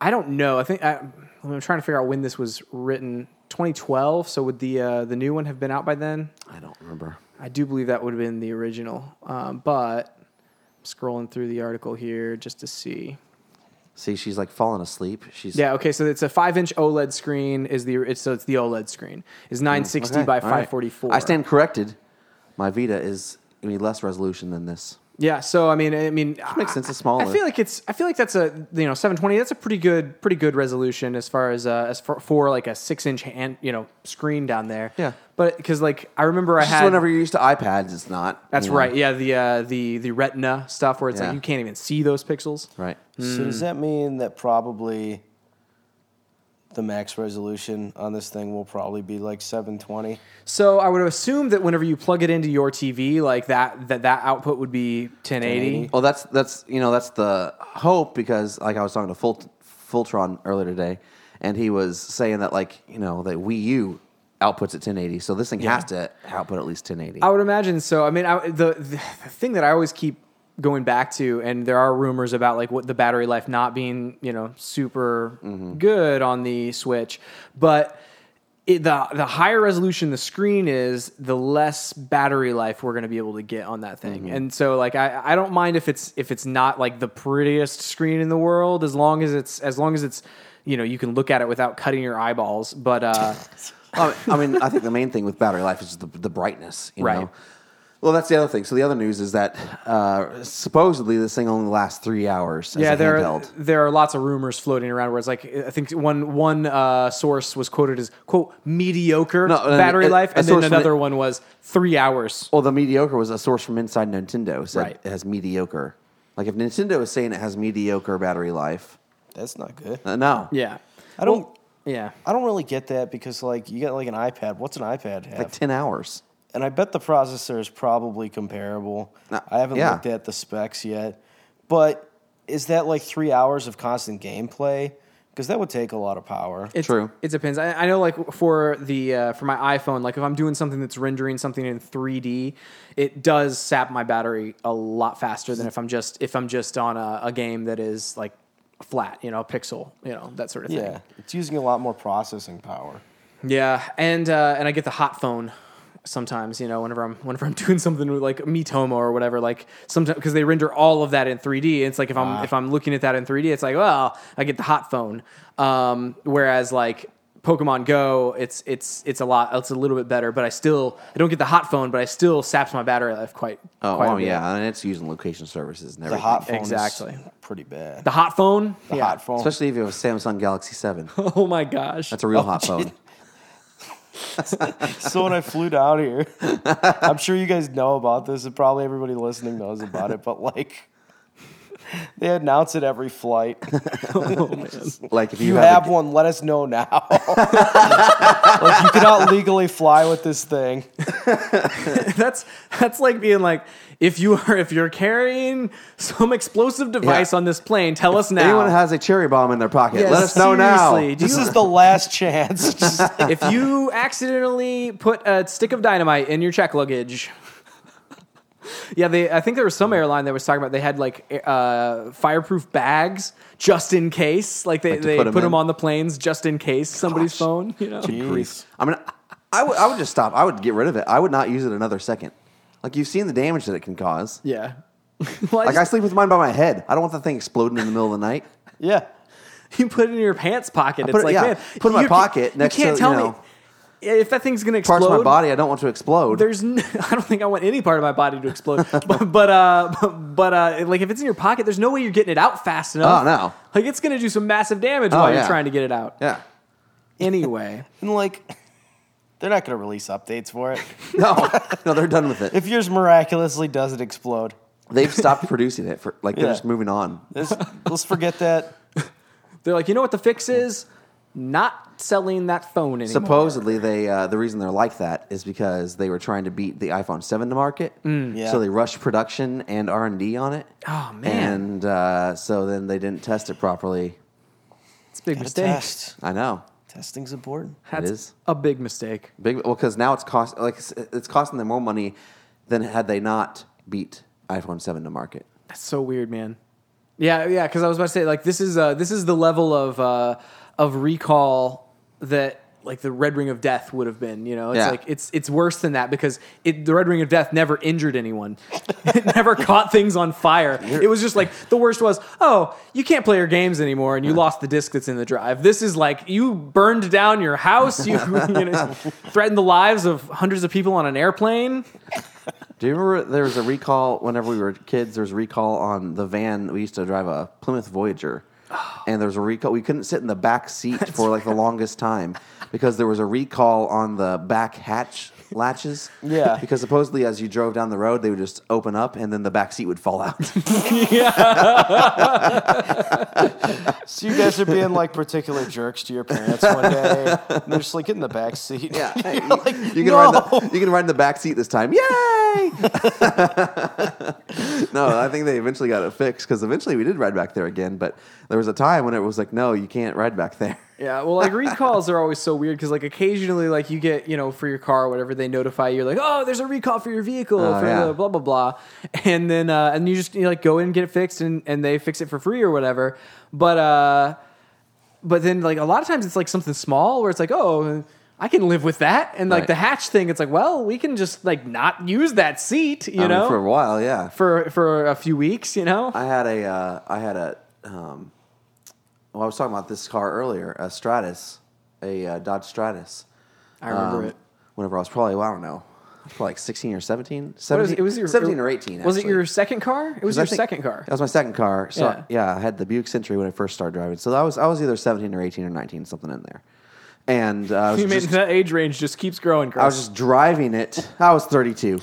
I don't know. I think I, I'm trying to figure out when this was written. 2012. So would the uh, the new one have been out by then? I don't remember. I do believe that would have been the original. Um, but I'm scrolling through the article here just to see. See, she's like falling asleep. She's Yeah. Okay. So it's a five inch OLED E screen. Is the it's so it's the OLED screen is 960 Mm, Okay, by all right. 544. I stand corrected. My Vita is gonna be less resolution than this. Yeah, so I mean, I mean, I- makes sense, it's I smaller. feel like it's, I feel like that's a you know 720. That's a pretty good, pretty good resolution as far as uh, as for, for like a six inch hand, you know, screen down there. Yeah. but because like I remember I Just had whenever you're used to iPads, it's not. that's you know. right. Yeah, the uh, the the retina stuff where it's Yeah. like you can't even see those pixels. Right. So Hmm. does that mean that probably the max resolution on this thing will probably be like 720? So I would assume that whenever you plug it into your TV, like that that that output would be 1080. Well, that's that's you know that's the hope because like I was talking to Fult- Fultron earlier today, and he was saying that like you know that Wii U outputs at 1080, so this thing has to output at least 1080. I would imagine so. I mean, I, the, the thing that I always keep going back to, and there are rumors about like what the battery life not being, you know, super good on the Switch, but it, the the higher resolution the screen is, the less battery life we're going to be able to get on that thing. And so, like, I, I don't mind if it's if it's not like the prettiest screen in the world, as long as it's as long as it's you know you can look at it without cutting your eyeballs. But uh, I I mean, I think the main thing with battery life is the, the brightness. You Right. Know? Well, that's the other thing. So the other news is that uh, supposedly this thing only lasts three hours. As yeah, a there are, handheld. there are lots of rumors floating around where it's like I think one one uh, source was quoted as quote mediocre No, no, battery a- life, a and then source from another the- one was three hours. Well, the mediocre was a source from inside Nintendo. Said Right. It has mediocre. Like if Nintendo is saying it has mediocre battery life, That's not good. uh, no. Yeah, I don't yeah. I don't really get that because like you got like an iPad. What's an iPad have? Like 10 hours. and I bet the processor is probably comparable. Uh, I haven't yeah. looked at the specs yet, but is that like three hours of constant gameplay? Because that would take a lot of power. It's, True. It depends. I, I know, like for the uh, for my iPhone, like if I'm doing something that's rendering something in 3D, it does sap my battery a lot faster than if I'm just if I'm just on a, a game that is like flat, you know, pixel, you know, that sort of thing. yeah, it's using a lot more processing power. Yeah, and uh, and I get the hot phone sometimes. You know, whenever I'm whenever I'm doing something with like Mitomo or whatever, like sometimes because they render all of that in 3D. It's like if I'm Ah. if I'm looking at that in 3D, it's like well, I get the hot phone. Um, whereas like Pokemon Go, it's it's it's a lot. It's a little bit better, but I still I don't get the hot phone, but I still saps my battery life quite. Oh, quite a oh, bit. yeah. And it's using location services and The everything. hot phone Exactly. is pretty bad. The hot phone. The yeah. hot phone. Especially if you have a Samsung Galaxy 7. Oh my gosh. That's a real hot phone. so when I flew down here, I'm sure you guys know about this, and probably everybody listening knows about it. But like, they announce it every flight. If Oh, Like if you, you have, have one, let us know now. like you cannot legally fly with this thing. that's that's like being like if you are if you're carrying some explosive device Yeah. on this plane, tell us a, now. anyone has a cherry bomb in their pocket, Yeah, let us know seriously, do now. This you- is the last chance. Just- if you accidentally put a stick of dynamite in your check luggage. Yeah, they. I think there was some airline that was talking about they had like a- uh, fireproof bags just in case, like they, Like to they put, put 'em them, in? on the planes just in case somebody's Gosh. phone. You know, Jeez. I mean, I- I would I would just stop. I would get rid of it. I would not use it another second. Like you've seen the damage that it can cause. yeah. Well, I Like I just- sleep with mine by my head. I don't want that thing exploding in the middle of the night. yeah. you put it in your pants pocket. It's put it- like yeah, man, put it in my you- pocket next you can't to, tell you me know, if that thing's gonna explode. Parts of my body I don't want to explode. There's, n- I don't think I want any part of my body to explode. but, but uh, but, but uh, like if it's in your pocket, there's no way you're getting it out fast enough. Oh, no. Like it's gonna do some massive damage Oh, while you're yeah. trying to get it out. yeah. Anyway, And like, they're not going to release updates for it. No, no, they're done with it. If yours miraculously doesn't explode, They've stopped producing it for like they're Yeah. just moving on. this, let's forget that. they're like, you know what the fix is? not selling that phone anymore. Supposedly, they uh, the reason they're like that is because they were trying to beat the iPhone Seven to market. Yeah. So they rushed production and R and D on it. Oh, man. And uh, so then they didn't test it properly. it's a big Gotta mistake. test. I know. Testing's important. That's is. a big mistake. Big well because now it's cost like it's, it's costing them more money than had they not beat iPhone Seven to market. That's so weird, man. Yeah, yeah. Because I was about to say, like, this is uh, this is the level of uh, of recall that like the Red Ring of Death would have been. You know, it's Yeah. like it's it's worse than that because it, the Red Ring of Death never injured anyone. it never caught things on fire. It was just like the worst was, oh, you can't play your games anymore, and you lost the disc that's in the drive. This is like you burned down your house. You, you know, threatened the lives of hundreds of people on an airplane. Do you remember there was a recall whenever we were kids? There was a recall on the van that we used to drive a Plymouth Voyager, and there was a recall. We couldn't sit in the back seat for like the longest time because there was a recall on the back hatch latches. Yeah. because supposedly as you drove down the road, they would just open up and then the back seat would fall out. So you guys are being like particular jerks to your parents one day. And they're just like get in the back seat. yeah, hey, you, like, you can ride. "No." The, you can ride in the back seat this time. Yay! no, I think they eventually got it fixed because eventually we did ride back there again. But there was a time when it was like, no, you can't ride back there. Yeah, well, like recalls are always so weird because like occasionally, like you get you know for your car or whatever, they notify you like, oh, there's a recall for your vehicle Oh, for yeah. the blah blah blah, and then uh, and you just you like go in and get it fixed and and they fix it for free or whatever, but uh, but then like a lot of times it's like something small where it's like oh. I can live with that, and like Right. the hatch thing. It's like, well, we can just like not use that seat, you I mean, know, Um, for a while, yeah. for, for a few weeks, you know. I had a, uh, I had a, um, well, I was talking about this car earlier, a Stratus, a uh, Dodge Stratus. I remember Um, it. Whenever I was probably, well, I don't know, I was probably like 16 or 17, What 17 was- it was your 17 or 18. Was it actually. your second car? It was 'Cause I your think- second car. That was my second car. So Yeah. yeah. I had the Buick Century when I first started driving. So I was, I was either 17 or 18 or 19, something in there. And uh, I was You mean just- that age range just keeps growing, Chris. I was just driving it. I was 32.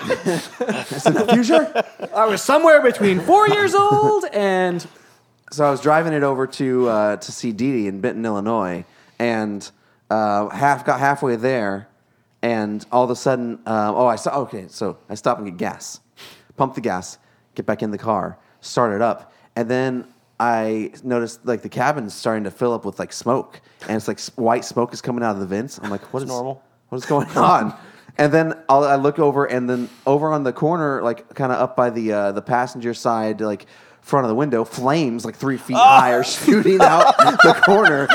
It's in the future. I was somewhere between four years old and so I was driving it over to uh, to see Dee Dee in Benton, Illinois, and uh, half got halfway there, and all of a sudden, uh, oh, I saw. Okay, so I stop and get gas, pump the gas, get back in the car, start it up, and then I noticed like the cabin's starting to fill up with like smoke, and it's like s- white smoke is coming out of the vents. I'm like, what is normal. What is going on? And then I'll, I look over, and then over on the corner, like kind of up by the uh, the passenger side, like front of the window, flames like three feet high are shooting out the corner.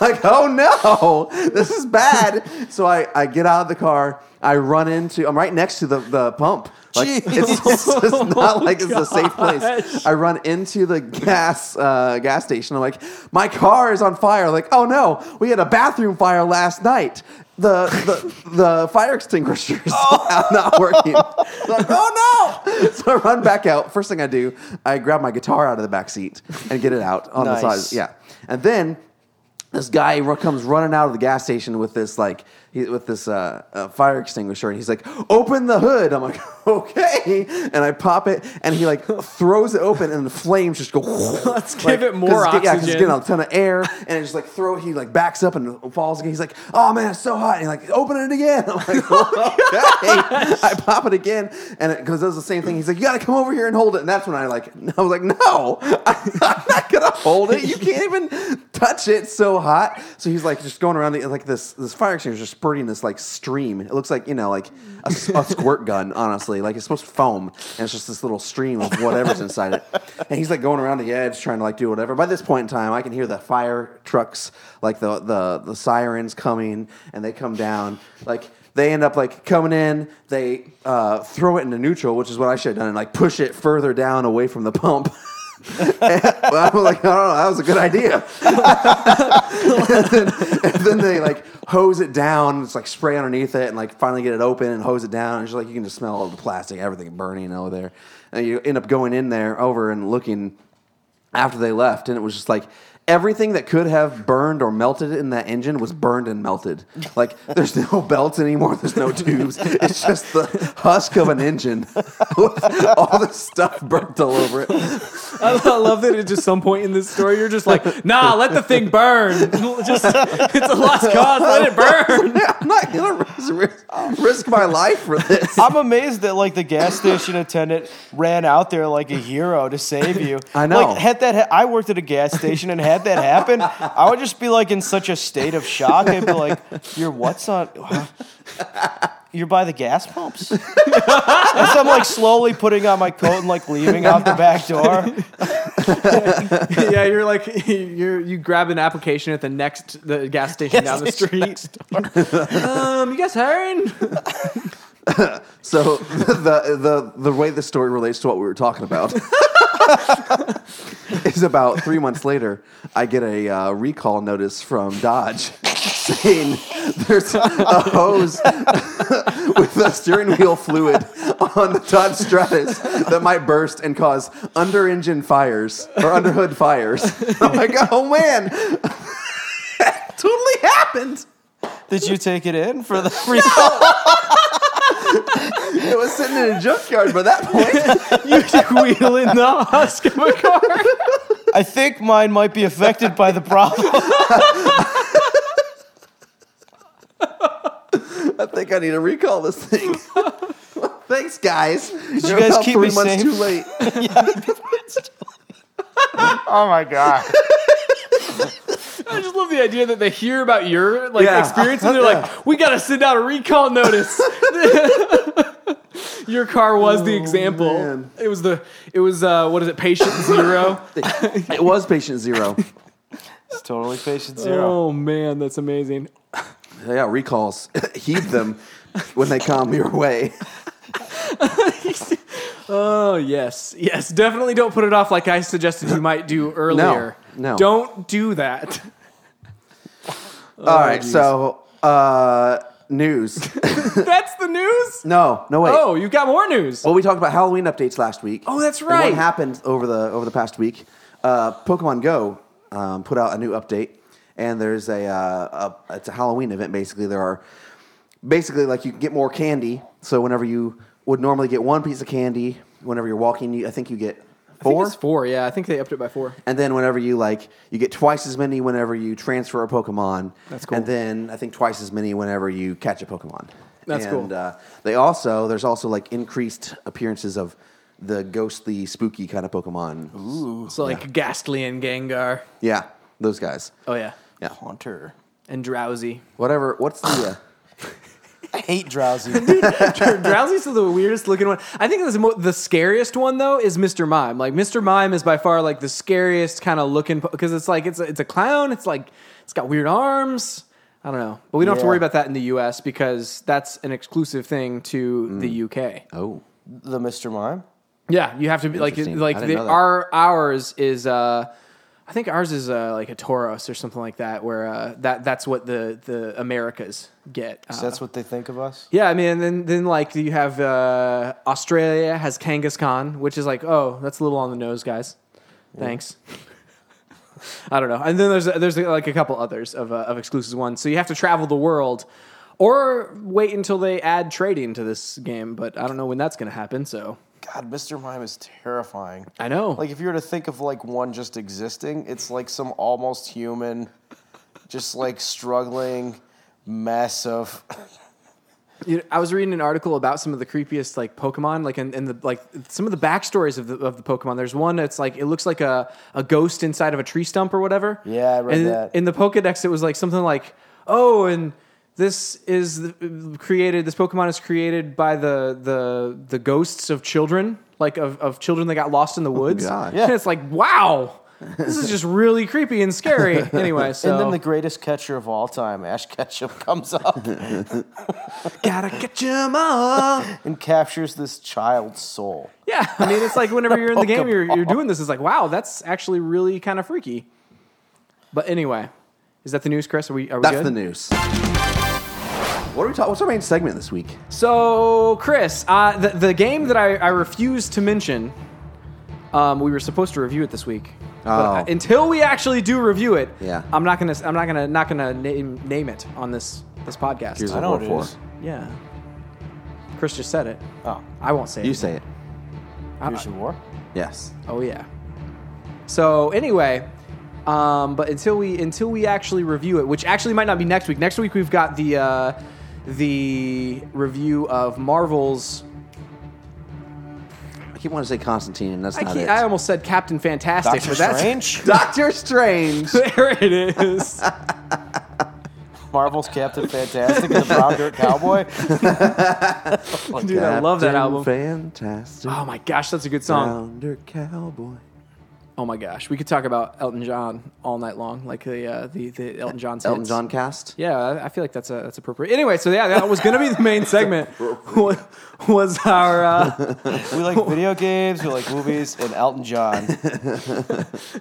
Like, oh no, this is bad. So I, I get out of the car. I run into. I'm right next to the the pump. Like it's, it's just not like it's a safe place. I run into the gas uh, gas station. I'm like, my car is on fire. Like, oh no, we had a bathroom fire last night. The the, the fire extinguishers are not working. like, oh no! So I run back out. First thing I do, I grab my guitar out of the back seat and get it out on the Nice. side. Yeah, and then this guy ru- comes running out of the gas station with this like he, with this uh, uh, fire extinguisher, and he's like, "Open the hood." I'm like, "Okay," and I pop it, and he like throws it open, and the flames just go. Let's give it more Yeah, 'cause it's oxygen. getting a ton of air, and it's just like throw. He like backs up and falls again. He's like, "Oh man, it's so hot!" And he, like, "Open it again." I'm like, "Okay." I pop it again, and because it, does the same thing. He's like, "You got to come over here and hold it." And that's when I like, I was like, "No, I'm not gonna hold it. You can't even touch it. It's so hot." So he's like, just going around the, like this. This fire extinguisher is spurting this like stream. It looks like you know, like a, s- a squirt gun. Honestly, like it's supposed to foam, and it's just this little stream of whatever's inside it. And he's like going around the edge, trying to like do whatever. By this point in time, I can hear the fire trucks, like the the the sirens coming, and they come down like they end up like coming in. They uh, throw it into neutral, which is what I should have done, and like push it further down away from the pump. well, I was like, I don't know, that was a good idea. and, then, and then they like hose it down, it's like spray underneath it, and like finally get it open and hose it down. And it's just like you can just smell all the plastic, everything burning over there. And you end up going in there over and looking after they left, and it was just like everything that could have burned or melted in that engine was burned and melted. Like there's no belts anymore. There's no tubes. It's just the husk of an engine with all this stuff burnt all over it. I I love that at just some point in this story, you're just like, nah, let the thing burn. Just, it's a lost cause. Let it burn. Yeah, I'm not gonna risk, risk, risk my life for this. I'm amazed that like the gas station attendant ran out there like a hero to save you. I know. Like had that, ha- I worked at a gas station, and had that happen, I would just be like in such a state of shock. I'd be like, "You're what's on? You're by the gas pumps." As I'm like slowly putting on my coat and like leaving out the back door. yeah, you're like, you're, you grab an application at the next the gas station down the street. um, you guys hiring? So the the the way the story relates to what we were talking about is about three months later, I get a uh, recall notice from Dodge saying there's a hose with the steering wheel fluid on the Dodge Stratus that might burst and cause under engine fires or under hood fires. I'm like, oh man, that totally happened. Did you take it in for the free? No. It was sitting in a junkyard by that point. You wheel in the husk of a car. I think mine might be affected by the problem. I think I need to recall this thing. Thanks, guys. Did you guys keep three me months safe? too late? oh my god. I just love the idea that they hear about your like Yeah. experience and they're like, we gotta send out a recall notice. your car was the example. Oh, man. It was the it was uh, what is it, patient zero. It was patient zero. It's totally patient zero. oh man, that's amazing. yeah, recalls. Heed them when they come your way. Oh yes, yes, definitely don't put it off like I suggested you might do earlier. no. don't do that. All right, so uh, news. that's the news. No, no wait. Oh, you've got more news. Well, we talked about Halloween updates last week. Oh, that's And right. what happened over the over the past week? Uh, Pokemon Go um, put out a new update, and there's a, uh, a it's a Halloween event. Basically, there are basically like you can get more candy. So whenever you would normally get one piece of candy, whenever you're walking, you, I think you get I four. think it's four. Yeah, I think they upped it by four. And then whenever you like, you get twice as many whenever you transfer a Pokemon. That's cool. And then I think twice as many whenever you catch a Pokemon. That's and, cool. Uh, they also there's also like increased appearances of the ghostly, spooky kind of Pokemon. So like Ghastly and Gengar. Yeah, those guys. Oh yeah, Yeah, Haunter. and Drowsy. whatever. What's the uh, I hate drowsy. Drowsy's the weirdest looking one. I think the, mo- the scariest one though is Mr. Mime. Like Mr. Mime is by far like the scariest kind of looking because it's like it's a, it's a clown. It's like it's got weird arms. I don't know, but we don't have to Yeah. worry about that in the U.S. because that's an exclusive thing to the U.K. uh, oh the Mr. Mime. Yeah, you have to be like Interesting. I like didn't the, know that. our ours is uh I think ours is uh, like a Taurus or something like that where uh, that that's what the the Americas get. Uh, So that's what they think of us. yeah, I mean, and then then like you have uh, Australia has Kangaskhan, which is like, oh, that's a little on the nose, guys. Thanks. I don't know. And then there's there's like a couple others of uh, of exclusive ones. So you have to travel the world, or wait until they add trading to this game. But I don't know when that's going to happen. So God, Mr. Mime is terrifying. I know. Like if you were to think of like one just existing, it's like some almost human, just like struggling mess of You know, I was reading an article about some of the creepiest like Pokemon, like and, and the like some of the backstories of the of the Pokemon. There's one that's like it looks like a, a ghost inside of a tree stump or whatever. Yeah, I read and that. In the Pokedex, it was like something like, oh, and this is the, created. This Pokemon is created by the the the ghosts of children, like of, of children that got lost in the woods. gosh. And it's like, wow, this is just really creepy and scary. Anyway, so and then the greatest catcher of all time, Ash Ketchum, comes up gotta catch 'em all. and captures this child's soul. Yeah, I mean, it's like whenever you're in the game, you're, you're doing this. It's like, wow, that's actually really kind of freaky. But anyway, is that the news, Chris? Are we? Are we that's good? the news. What are we talking? What's our main segment this week? So, Chris, uh, the the game that I, I refuse to mention, um, we were supposed to review it this week, But uh, until we actually do review it, Oh. Yeah. I'm not gonna I'm not gonna not gonna name name it on this this podcast. Gears I of know War it 4. is. yeah, Chris just said it. Oh, I won't say it. You say it. I- Gears of War. Yes. Oh yeah. So anyway, um, but until we until we actually review it, which actually might not be next week. Next week we've got the uh, the review of Marvel's. I keep wanting to say Constantine, and that's I, not keep- it. I almost said Captain Fantastic, Doctor but that's Strange. Doctor Strange. there it is. Marvel's Captain Fantastic and the Brown Dirt Cowboy. Dude, I love that Captain album. Fantastic. Oh my gosh, that's a good song. Founder cowboy. Oh my gosh, we could talk about Elton John all night long, like the uh, the, the Elton John. Elton hits. John cast. Yeah, I- I feel like that's a, that's appropriate. Anyway, so yeah, that was gonna be the main segment. wa- was our uh, We like video games, we like movies, and Elton John.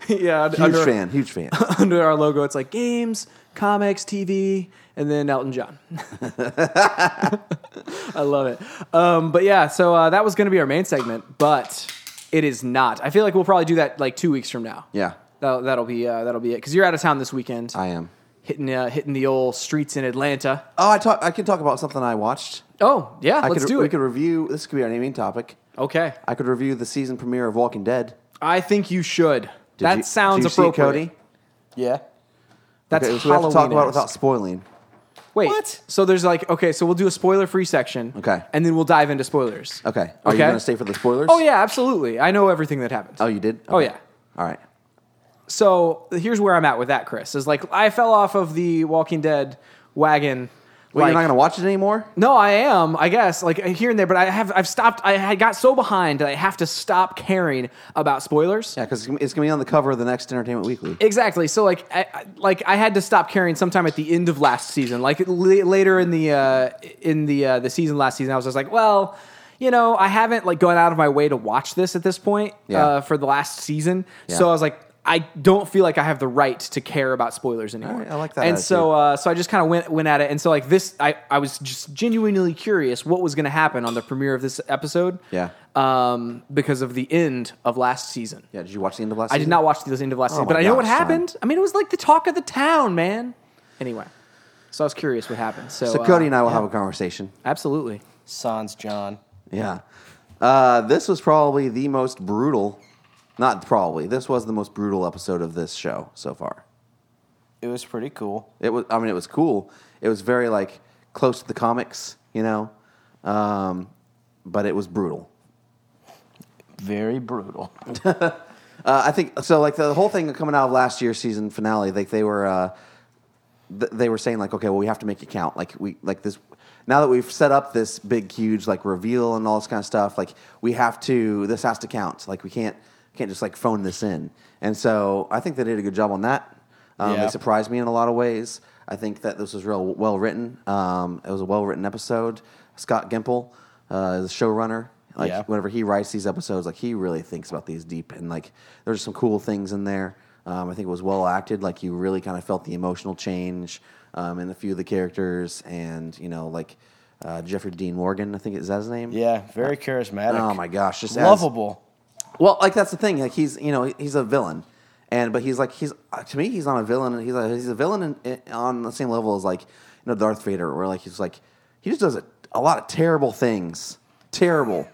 yeah Huge under, fan. Huge fan. under our logo? It's like games, comics, TV, and then Elton John. I love it. Um, but yeah, so uh, that was gonna be our main segment, but it is not. I feel like we'll probably do that like two weeks from now. yeah, That'll, that'll be uh, that'll be it because you're out of town this weekend. I am. hitting uh, hitting the old streets in Atlanta. Oh, I talk. I can talk about something I watched. Oh yeah, I let's could, do we it. could review. This could be our main topic. okay, I could review the season premiere of Walking Dead. I think you should. Did that you- sounds did you see it, appropriate. Cody. Yeah. That's Okay, so we have to talk about it Halloween-esque. without spoiling. Wait, What? So there's like okay, so we'll do a spoiler free section. Okay. and then we'll dive into spoilers. Okay. Are you Okay. going to stay for the spoilers? Oh yeah, absolutely. I know everything that happened. Oh, you did. Oh, Okay. yeah. All right. So here's where I'm at with that, Chris. Is like I fell off of the Walking Dead wagon. Well, like- you're not going to watch it anymore. No, I am. I guess like here and there, but I have I've stopped. I had got so behind that I have to stop caring about spoilers. Yeah, because it's going to be on the cover of the next Entertainment Weekly. Exactly. So like, I, I- like I had to stop carrying sometime at the end of last season. Like l- later in the uh, in the uh, the season last season, I was just like, well, you know, I haven't like gone out of my way to watch this at this point Yeah. uh, for the last season. Yeah. So I was like. I don't feel like I have the right to care about spoilers anymore. Alright, I like that And attitude. so, uh, so I just kind of went went at it. And so, like this, I, I was just genuinely curious what was going to happen on the premiere of this episode. Yeah. Um, because of the end of last season. yeah. Did you watch the end of last? I did season? not watch the end of last Oh season, my but I know what gosh, son. happened. I mean, it was like the talk of the town, man. Anyway, so I was curious what happened. So, So uh, Cody and I will have a conversation. absolutely. Sans John. Yeah. Uh, this was probably the most brutal. Not probably. This was the most brutal episode of this show so far. It was pretty cool. It was. I mean, it was cool. It was very like close to the comics, you know. Um, but it was brutal. Very brutal. Uh, I think so. Like the whole thing coming out of last year's season finale, like they were, uh, th- they were saying like, okay, well, we have to make it count. Like we like this. Now that we've set up this big, huge like reveal and all this kind of stuff, like we have to. This has to count. Like we can't can't just like phone this in. And so I think they did a good job on that. Um, Yeah. They surprised me in a lot of ways. I think that this was real well written. Um, it was a well written episode. Scott Gimple, uh, is the showrunner, like Yeah. whenever he writes these episodes, like he really thinks about these deep and like there's some cool things in there. Um, I think it was well acted. Like you really kind of felt the emotional change um, in a few of the characters, and you know, like uh, Jeffrey Dean Morgan, I think is that his name. Yeah, very charismatic. Oh my gosh, just as- Lovable. well, like that's the thing. Like he's you know he's a villain, and but he's like he's uh, to me he's not a villain. He's a, he's a villain in, in, on the same level as like you know Darth Vader, where like he's like he just does a, a lot of terrible things, terrible.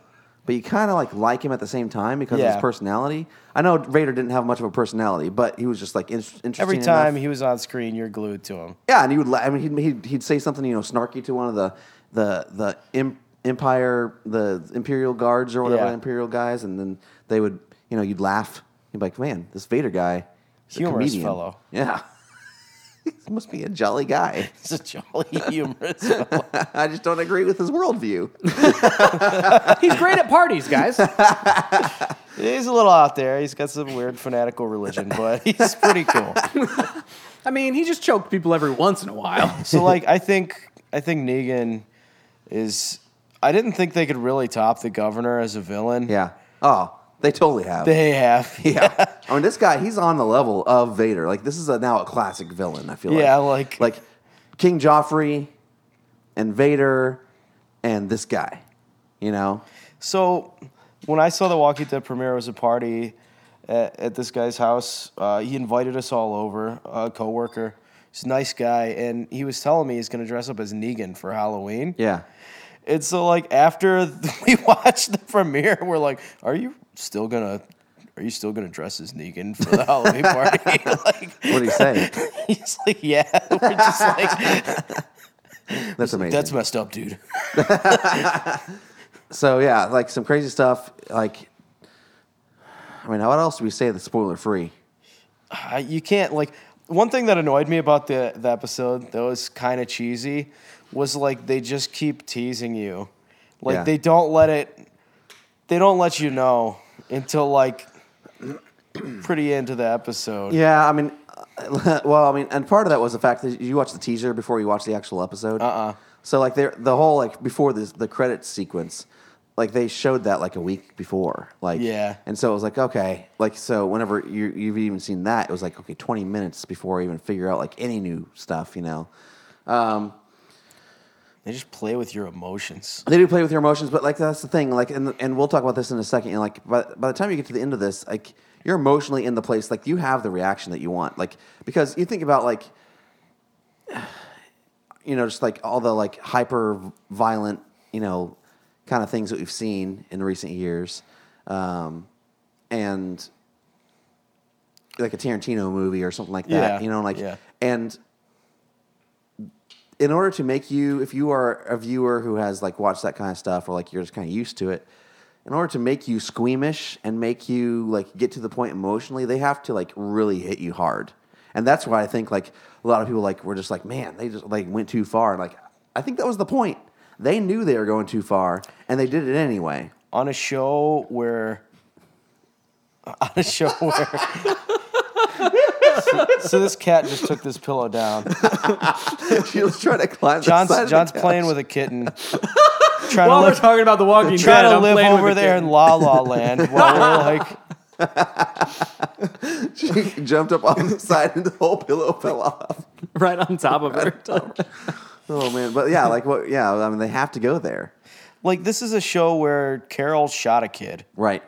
But you kind of like like him at the same time because of his Yeah. personality. I know Vader didn't have much of a personality, but he was just like in, interesting. Every time enough. he was on screen, you're glued to him. Yeah, and he would. la- I mean, he'd, he'd, he'd say something, you know, snarky to one of the the the imp, empire, the imperial guards or whatever, Yeah. imperial guys, and then they would, you know, you'd laugh. You'd be like, "Man, this Vader guy, is a Humorous comedian." fellow. Yeah, he must be a jolly guy. He's a jolly humorous. fellow. I just don't agree with his worldview. He's great at parties, guys. he's a little out there. He's got some weird fanatical religion, but he's pretty cool. I mean, he just choked people every once in a while. So like I think I think Negan is I didn't think they could really top the governor as a villain. Yeah. Oh, they totally have. They have. yeah. I mean, this guy, he's on the level of Vader. Like, this is a, now a classic villain, I feel like. Yeah, like- Like, King Joffrey and Vader and this guy, you know? So when I saw the Walking Dead premiere it was a party at, at this guy's house. Uh, he invited us all over, a coworker. He's a nice guy, and he was telling me he's going to dress up as Negan for Halloween. Yeah. And so, like, after we watched the premiere, we're like, "Are you still gonna? Are you still gonna dress as Negan for the Halloween party?" like, What do you say? he's like, "Yeah." We're just like, That's amazing. "That's messed up, dude." so yeah, like some crazy stuff. Like, I mean, what else do we say that's spoiler free? I, you can't like one thing that annoyed me about the, the episode that was kind of cheesy was like they just keep teasing you like Yeah. they don't let it they don't let you know until like pretty into the episode Yeah, I mean, well, I mean, and part of that was the fact that you watched the teaser before you watched the actual episode. Uh Uh-uh. uh So like there, the whole like before this the credits sequence, like they showed that like a week before, like Yeah. and so it was like okay, like so whenever you you've even seen that, it was like okay, twenty minutes before I even figure out like any new stuff, you know. Um, they just play with your emotions they do play with your emotions, but like that's the thing. Like, and and we'll talk about this in a second. And like, by, by the time you get to the end of this, like you're emotionally in the place. Like you have the reaction that you want. Like because you think about like, you know, just like all the like hyper violent, you know, kind of things that we've seen in recent years, um, and like a Tarantino movie or something like that. Yeah, You know, like yeah. and in order to make you, if you are a viewer who has like watched that kind of stuff or like you're just kind of used to it, in order to make you squeamish and make you like get to the point emotionally, they have to like really hit you hard. And that's why I think like a lot of people like were just like, man, they just like went too far. And like, I think that was the point. They knew they were going too far and they did it anyway. on a show where on a show where so, so this cat just took this pillow down she was trying to climb the John's side of the John's couch. playing with a kitten. trying While to we're live, talking about The Walking trying Dead, to I'm live playing with over a there kid. in La La Land while we're like She jumped up on the side and the whole pillow fell off. right on top of her. Oh man. But yeah, like what yeah, I mean they have to go there. like this is a show where Carol shot a kid. Right.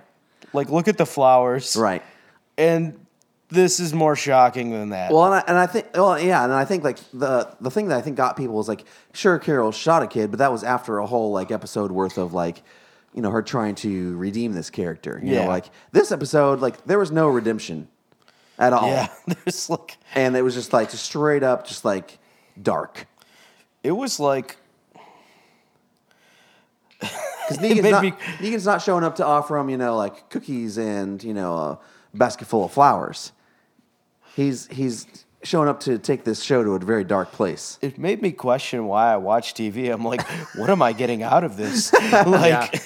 Like look at the flowers. Right. And this is more shocking than that. Well, and I, and I think, well, yeah, and I think like the the thing that I think got people was like, sure, Carol shot a kid, but that was after a whole like episode worth of like, you know, her trying to redeem this character. You Yeah. know, like this episode, like there was no redemption at all, yeah. There's like and it was just like just straight up, just like dark. it was like Because It Negan's, made not- me- Negan's not showing up to offer him, you know, like cookies and you know a basket full of flowers. He's he's showing up to take this show to a very dark place. it made me question why I watch TV. I'm like, what am I getting out of this? like,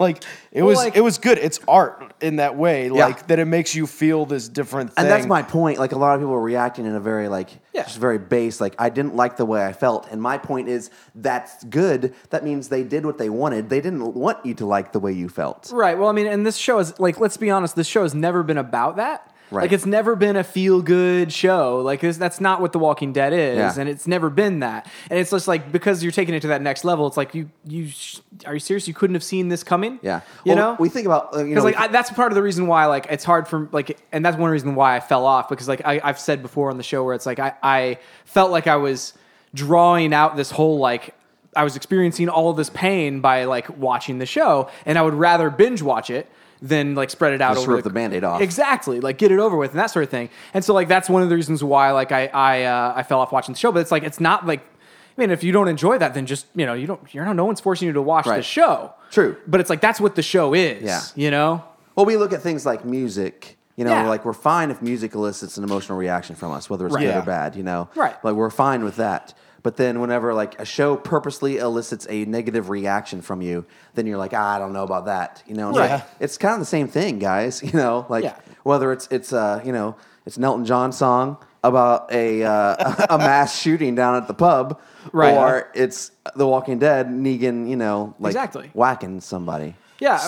like it was like- it was good. It's art in that way, like that it makes you feel this different thing. And that's my point. Like a lot of people are reacting in a very like Yeah. just very base. Like I didn't like the way I felt, and my point is that's good. That means they did what they wanted. They didn't want you to like the way you felt. Right. Well, I mean, and this show is like, let's be honest, this show has never been about that. Right. Like, it's never been a feel good show. Like, this, that's not what The Walking Dead is, Yeah. and it's never been that. And it's just like because you're taking it to that next level, it's like you you sh- are you serious? You couldn't have seen this coming. Yeah, You Well, know, we think about uh, you because know like we- I, that's part of the reason why like it's hard for like and that's one reason why i fell off because like I, i've said before on the show where it's like I, I felt like i was drawing out this whole like i was experiencing all this pain by like watching the show and i would rather binge watch it than like spread it out Just over rip the Band-Aid off. exactly like get it over with and that sort of thing and so like that's one of the reasons why like i i uh, i fell off watching the show but it's like it's not like I mean, if you don't enjoy that, then just you know you don't you're not no one's forcing you to watch the Right. show. True. but it's like that's what the show is. Yeah. you know. well we look at things like music. You know, Yeah. like we're fine if music elicits an emotional reaction from us, whether it's Right. good Yeah. or bad. You know, Right. Like we're fine with that. But then whenever like a show purposely elicits a negative reaction from you, then you're like, ah, I don't know about that. You know, And it's Yeah. like, it's kind of the same thing, guys. You know, like Yeah. whether it's it's uh you know it's an Elton John song about a uh, a mass shooting down at the pub, Right. Or it's The Walking Dead, Negan, you know, like Exactly. whacking somebody. Yeah.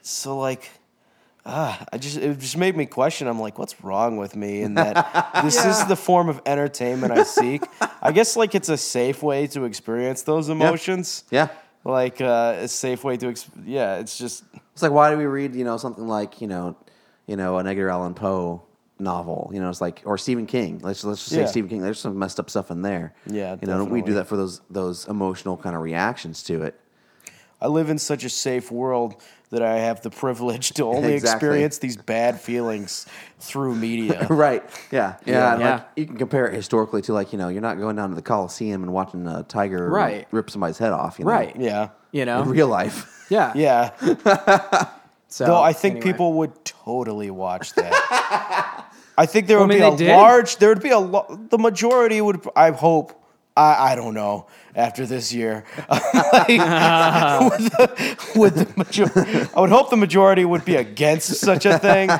so like ah, I just it just made me question. I'm like, what's wrong with me? And that this is the form of entertainment I seek. I guess like it's a safe way to experience those emotions. Yeah. Like uh, a safe way to, ex- yeah. It's just It's like why do we read you know something like you know you know, an Edgar Allan Poe novel. You know, it's like or Stephen King. Let's let's just Yeah. say Stephen King. There's some messed up stuff in there. Yeah, you know, we definitely. do that for those those emotional kind of reactions to it. I live in such a safe world that I have the privilege to only Exactly. experience these bad feelings through media. Right. Yeah. Yeah. and, Yeah. Like, you can compare it historically to like you know you're not going down to the Coliseum and watching a tiger Right. rip somebody's head off. You know? right. Yeah. You In know. real life. Yeah. Yeah. So, Though I think anyway. people would totally watch that. I think there would mean, they be did. a large, there would be a lo- the majority would, I hope, I, I don't know, after this year. Like, would the, would the major- I would hope the majority would be against such a thing,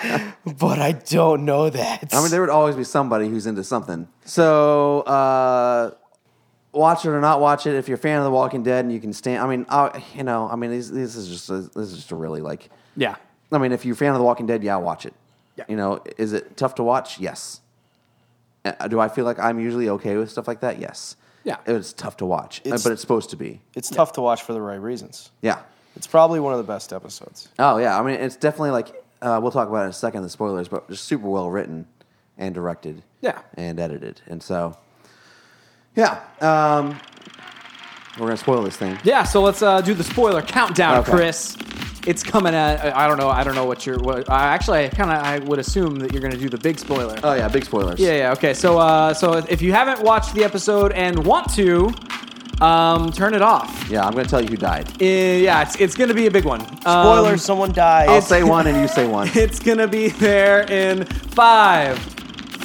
but I don't know that. I mean, there would always be somebody who's into something. So, uh, watch it or not watch it. If you're a fan of The Walking Dead and you can stand, I mean, uh, you know, I mean, this, this is just a, this is just a really like. Yeah. I mean, if you're a fan of The Walking Dead, yeah, watch it. Yeah. You know, is it tough to watch? Yes. Uh, Do I feel like I'm usually okay with stuff like that? Yes. Yeah. It's tough to watch, uh, It's- but it's supposed to be. it's tough to watch for the right reasons. Yeah. It's probably one of the best episodes. Oh yeah. I mean, it's definitely like uh, we'll talk about it in a second. The spoilers, but just super well written and directed. Yeah. And edited, and so yeah. Um, we're gonna spoil this thing. Yeah, so let's uh, do the spoiler countdown, Okay. Chris. It's coming at I don't know I don't know what you're what, I actually I kind of I would assume that you're going to do the big spoiler. Oh yeah, big spoilers. yeah, yeah, okay. So uh, so if you haven't watched the episode and want to um, turn it off. Yeah, I'm gonna tell you who died. Uh, yeah, it's it's going to be a big one. Um, Spoiler: Someone dies. I'll say one and you say one. It's going to be there in five,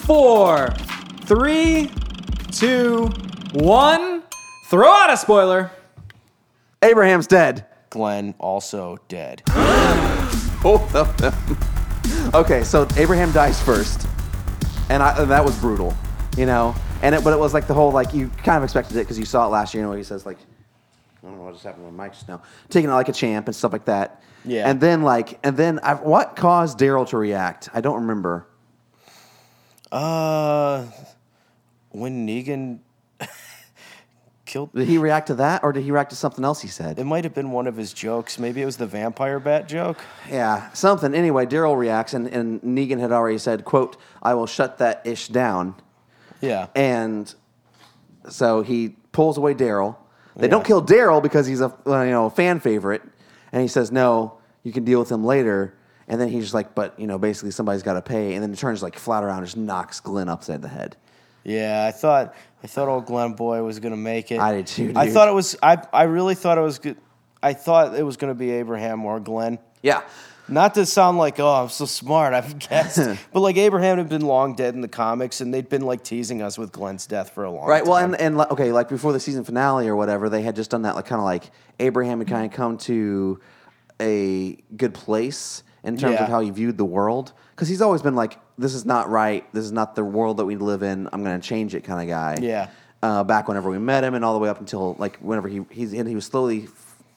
four, three, two, one. Throw out a spoiler. Abraham's dead. Glenn also dead. Both of them. Okay, so Abraham dies first, and, I, and that was brutal, you know. And it, but it was like the whole like you kind of expected it because you saw it last year. You know, he says like, I don't know what just happened with Mike just now, taking it like a champ and stuff like that. Yeah. And then like, and then I, what caused Daryl to react? I don't remember. Uh, when Negan killed, Did he react to that, or did he react to something else he said? it might have been one of his jokes. Maybe it was the vampire bat joke. Yeah, something. Anyway, Daryl reacts, and, and Negan had already said, "quote I will shut that ish down." Yeah, and so he pulls away Daryl. They don't kill Daryl because he's a uh, you know a fan favorite, and he says no, you can deal with him later. And then he's just like, but you know, basically somebody's got to pay. And then it turns like flat around, just knocks Glenn upside the head. yeah. I thought I thought old Glenn boy was gonna make it. I did too, I dude. thought it was. I I really thought it was good. I thought it was gonna be Abraham or Glenn. Yeah, Not to sound like, oh, I'm so smart, I've guessed. but like Abraham had been long dead in the comics, and they'd been like teasing us with Glenn's death for a long right. time. Well, and and like, okay, like before the season finale or whatever, they had just done that, like kind of like Abraham had kind of come to a good place in terms Yeah. of how he viewed the world because he's always been like, this is not right, this is not the world that we live in. I'm going to change it, kind of guy. Yeah. Uh, back whenever we met him, and all the way up until like whenever he he's and he was slowly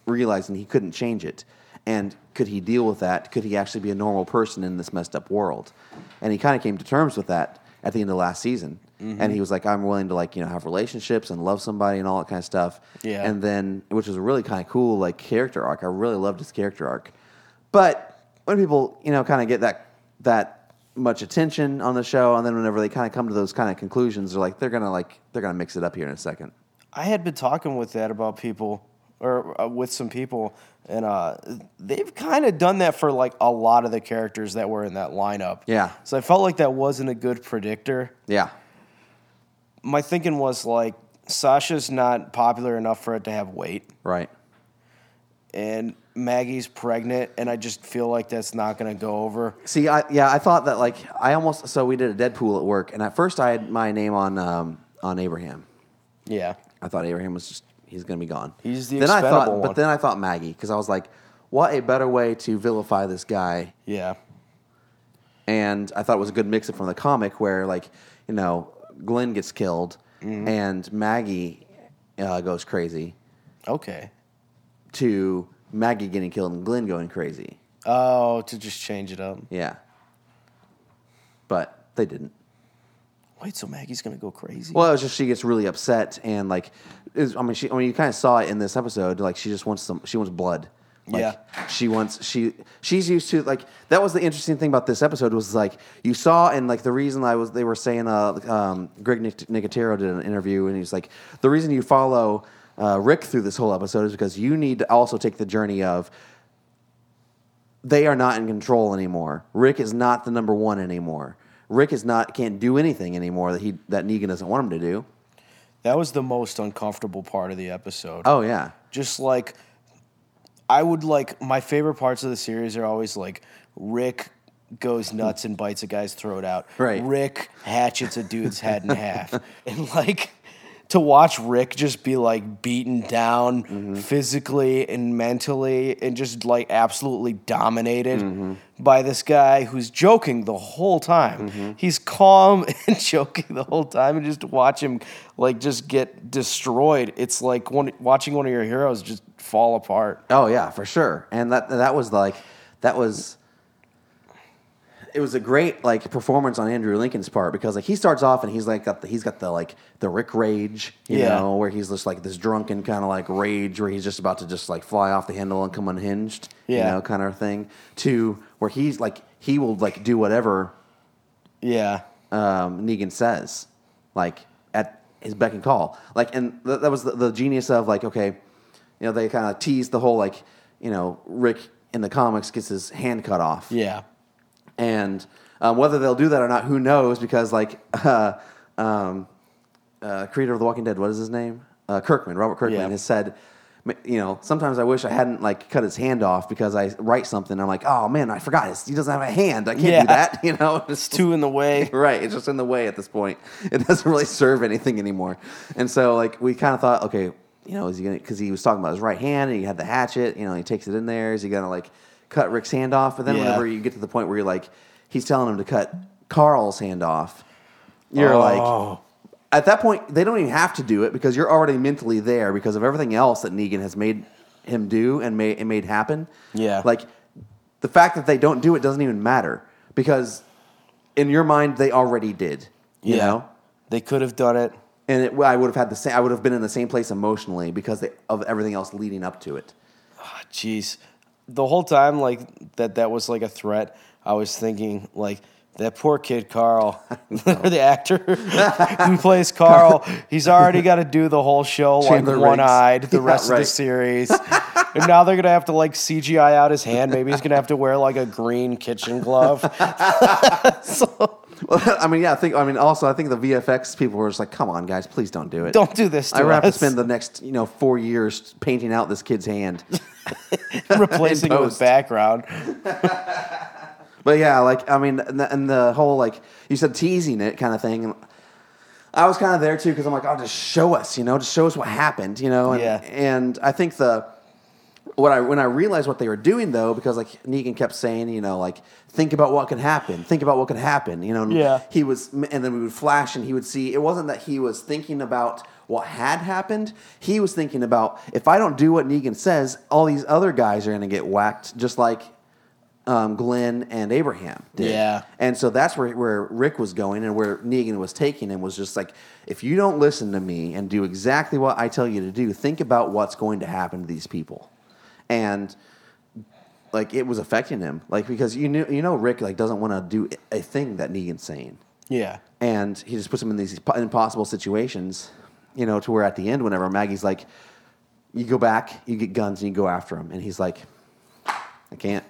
realizing he couldn't change it, and could he deal with that? Could he actually be a normal person in this messed up world? And he kind of came to terms with that at the end of last season, and he was like, I'm willing to like you know have relationships and love somebody and all that kind of stuff. Yeah. And then which was a really kind of cool like character arc. I really loved his character arc, but when people you know kind of get that that much attention on the show, and then whenever they kind of come to those kind of conclusions, they're like they're gonna like they're gonna mix it up here in a second. I had been talking with that about people, or uh, with some people, and uh, they've kind of done that for like a lot of the characters that were in that lineup. Yeah. So I felt like that wasn't a good predictor. Yeah, My thinking was like Sasha's not popular enough for it to have weight, right. and Maggie's pregnant, and I just feel like that's not going to go over. See, I yeah, I thought that like I almost so we did a Deadpool at work, and at first I had my name on um, on Abraham. Yeah. I thought Abraham was just he's gonna be gone. He's the then I thought, expendable one. but then I thought Maggie because I was like, what a better way to vilify this guy Yeah. and I thought it was a good mix up from the comic where like you know Glenn gets killed and Maggie uh, goes crazy Okay. to Maggie getting killed and Glenn going crazy. Oh, to just change it up. Yeah, but they didn't. Wait, so Maggie's going to go crazy? Well, it was just she gets really upset and like, is, I mean, she, I mean, you kind of saw it in this episode. Like, she just wants some, she wants blood. Like, Yeah. She wants she she's used to like that was the interesting thing about this episode was like you saw and like the reason I was they were saying uh um Greg Nic- Nicotero did an interview and he's like the reason you follow uh, Rick through this whole episode is because you need to also take the journey of they are not in control anymore. Rick is not the number one anymore. Rick is not can't do anything anymore that he that Negan doesn't want him to do. That was the most uncomfortable part of the episode. Oh yeah, just like I would like my favorite parts of the series are always like Rick goes nuts and bites a guy's throat out. Right. Rick hatchets a dude's head in half. And like to watch Rick just be like beaten down physically and mentally and just like absolutely dominated by this guy who's joking the whole time. He's calm and joking the whole time and just watch him like just get destroyed. It's like one, watching one of your heroes just fall apart. oh yeah, for sure. And that that was like that was it was a great like performance on Andrew Lincoln's part because like he starts off and he's like got the, he's got the like the Rick rage, you Yeah. know, where he's just like this drunken kind of like rage where he's just about to just like fly off the handle and come unhinged, Yeah. you know, kind of thing. To where he's like he will like do whatever Yeah. um, Negan says, like at his beck and call. Like, and th- that was the, the genius of like, okay, you know, they kind of teased the whole like, you know, Rick in the comics gets his hand cut off, Yeah. and um, whether they'll do that or not, who knows? Because like, uh, um, uh, creator of The Walking Dead, what is his name? Uh, Kirkman, Robert Kirkman Yeah. has said. "M- You know, sometimes I wish I hadn't like cut his hand off because I write something. I'm like, oh man, I forgot his, he doesn't have a hand. I can't Yeah. do that. You know, it's Two in the way. Right. It's just in the way at this point. It doesn't really serve anything anymore. And so, like, we kind of thought, okay, you know, is he going to, because he was talking about his right hand and he had the hatchet, you know, he takes it in there. Is he going to, like, cut Rick's hand off? But then, Yeah. whenever you get to the point where you're like, he's telling him to cut Carl's hand off, Oh. you're like, at that point, they don't even have to do it because you're already mentally there because of everything else that Negan has made him do and made, and made happen. Yeah. Like, the fact that they don't do it doesn't even matter because in your mind they already did you know They could have done it. and it, i would have had the same i would have been in the same place emotionally because they, of everything else leading up to it Ah, Jeez. the whole time like that that was like a threat, I was thinking like that poor kid Carl, the actor who plays Carl, he's already got to do the whole show Chandler like Riggs. one-eyed the Yeah, rest of the right. series. and now they're going to have to like CGI out his hand. Maybe he's going to have to wear like a green kitchen glove. so well i mean yeah i think i mean also i think the vfx people were just like come on guys please don't do it don't do this to i would have to us. spend the next you know four years painting out this kid's hand replacing in it with post. background. But yeah, like I mean, and the, and the whole like you said teasing it kind of thing. And I was kind of there too because I'm like, oh, just show us, you know, just show us what happened, you know. And, Yeah. And I think the what I when I realized what they were doing though, because like Negan kept saying, you know, like think about what could happen, think about what could happen, you know. And Yeah. He was, and then we would flash, and he would see. It wasn't that he was thinking about what had happened. He was thinking about if I don't do what Negan says, all these other guys are going to get whacked, just like um, Glenn and Abraham did. Yeah. And so that's where, where Rick was going and where Negan was taking him was just like, if you don't listen to me and do exactly what I tell you to do, think about what's going to happen to these people. And like it was affecting him. Like because you knew you know Rick like doesn't want to do a thing that Negan's saying Yeah. and he just puts them in these impossible situations, you know, to where at the end, whenever Maggie's like, you go back, you get guns, and you go after him, and he's like, I can't.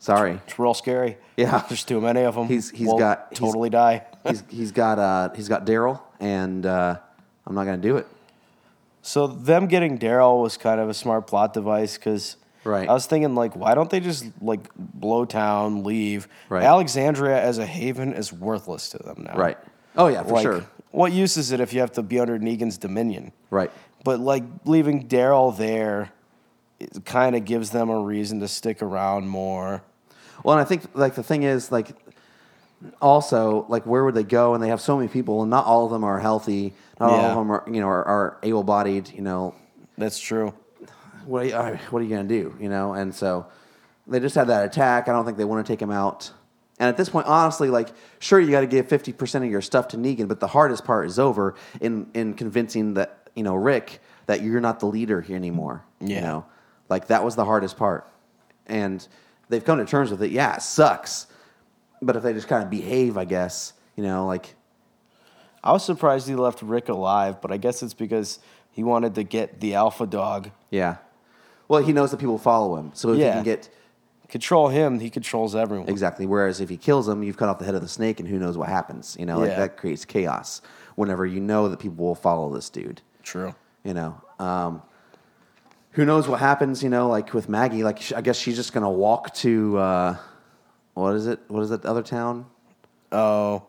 Sorry. It's real scary. Yeah. There's too many of them. He's- he's We'll got- he's- totally die. He's he's got uh he's got Daryl, and uh, I'm not gonna do it. So them getting Daryl was kind of a smart plot device because Right. I was thinking like, why don't they just like blow town, leave? Right. Alexandria as a haven is worthless to them now. Right. Oh yeah, for Like, sure. What use is it if you have to be under Negan's dominion? Right. But like leaving Daryl there, it kind of gives them a reason to stick around more. Well, and I think like the thing is like also like where would they go? And they have so many people, and not all of them are healthy. Not all Yeah. of them are you know are, are able bodied. You know, That's true. what are you, uh, what are you going to do? You know, and so they just had that attack. I don't think they want to take him out. And at this point, honestly, like, sure, you got to give fifty percent of your stuff to Negan, but the hardest part is over in in convincing that you know Rick that you're not the leader here anymore. You Yeah. know, Like that was the hardest part, and they've come to terms with it. Yeah, it sucks, but if they just kind of behave, I guess you know, like I was surprised he left Rick alive, but I guess it's because he wanted to get the alpha dog. yeah. Well, he knows that people follow him, so if he Yeah. can get Control him, he controls everyone. Exactly. Whereas if he kills him, you've cut off the head of the snake, and who knows what happens? You know, like Yeah. that creates chaos. Whenever you know that people will follow this dude, True. you know, um, who knows what happens? You know, like with Maggie, like sh- I guess she's just gonna walk to uh, what is it? What is that other town? Oh,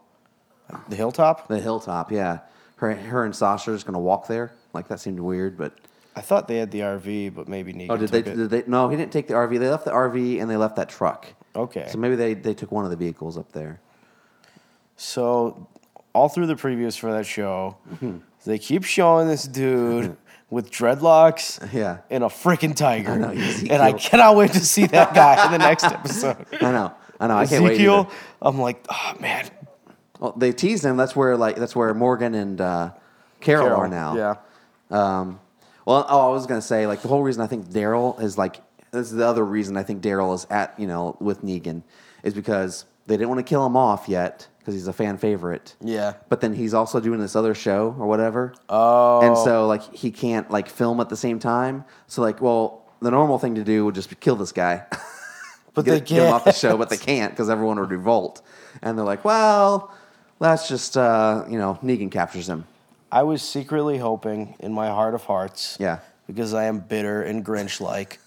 the hilltop. The hilltop. Yeah, her, her and Sasha are just gonna walk there. Like that seemed weird, but I thought they had the RV, but maybe Negan oh, did they, took it. did they? No, he didn't take the RV. They left the RV and they left that truck. Okay. So maybe they they took one of the vehicles up there. So, all through the previews for that show, Mm-hmm. they keep showing this dude with dreadlocks Yeah. and a freaking tiger. know, Ezekiel. and I cannot wait to see that guy in the next episode. I know. I know. I can't wait. either. Ezekiel, I'm like, oh man. Well, they tease him. That's where like that's where Morgan and uh, Carol, are now. Yeah. Um, well, oh, I was gonna say like the whole reason I think Daryl is like this is the other reason I think Daryl is at you know with Negan is because they didn't want to kill him off yet because he's a fan favorite. Yeah. But then he's also doing this other show or whatever. Oh. And so like he can't like film at the same time. So like well the normal thing to do would just be kill this guy. But get, they get him off the can't. show, but they can't because everyone would revolt. And they're like, well, that's just, uh, you know, Negan captures him. I was secretly hoping in my heart of hearts, Yeah. because I am bitter and Grinch like,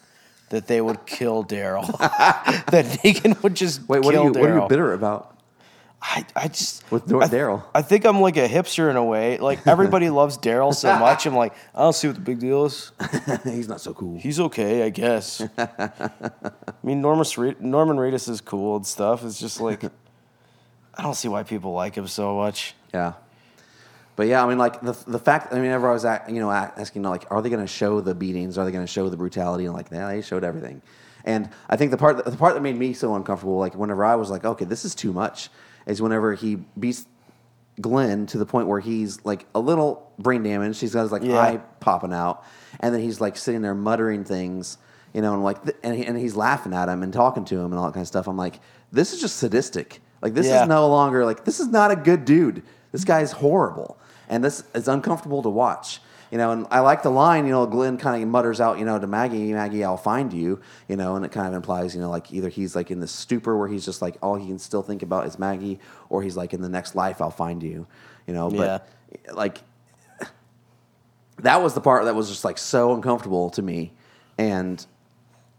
that they would kill Daryl. that Negan would just Wait, what kill are, you, what are you Daryl. bitter about? I, I just With Dor- I th- Daryl. I think I'm like a hipster in a way. Like everybody loves Daryl so much. I'm like, I don't see what the big deal is. He's not so cool. He's okay, I guess. I mean, Norman Re- Norman Reedus is cool and stuff. It's just like, I don't see why people like him so much. Yeah. But yeah, I mean, like the, the fact, I mean, whenever I was at, you know, a- asking, like, are they going to show the beatings? Are they going to show the brutality? And like, nah, they showed everything. And I think the part, that, the part that made me so uncomfortable, like, whenever I was like, okay, this is too much, is whenever he beats Glenn to the point where he's like a little brain damaged. He's got his like Yeah. eye popping out, and then he's like sitting there muttering things, you know, and like, th- and, he, and he's laughing at him and talking to him and all that kind of stuff. I'm like, this is just sadistic. Like, this Yeah. is no longer like this is not a good dude. This guy is horrible, and this is uncomfortable to watch. You know, and I like the line. You know, Glenn kind of mutters out, you know, to Maggie, Maggie, I'll find you. You know, and it kind of implies, you know, like either he's like in this stupor where he's just like all he can still think about is Maggie, or he's like in the next life I'll find you. You know, but like that was the part that was just like so uncomfortable to me, and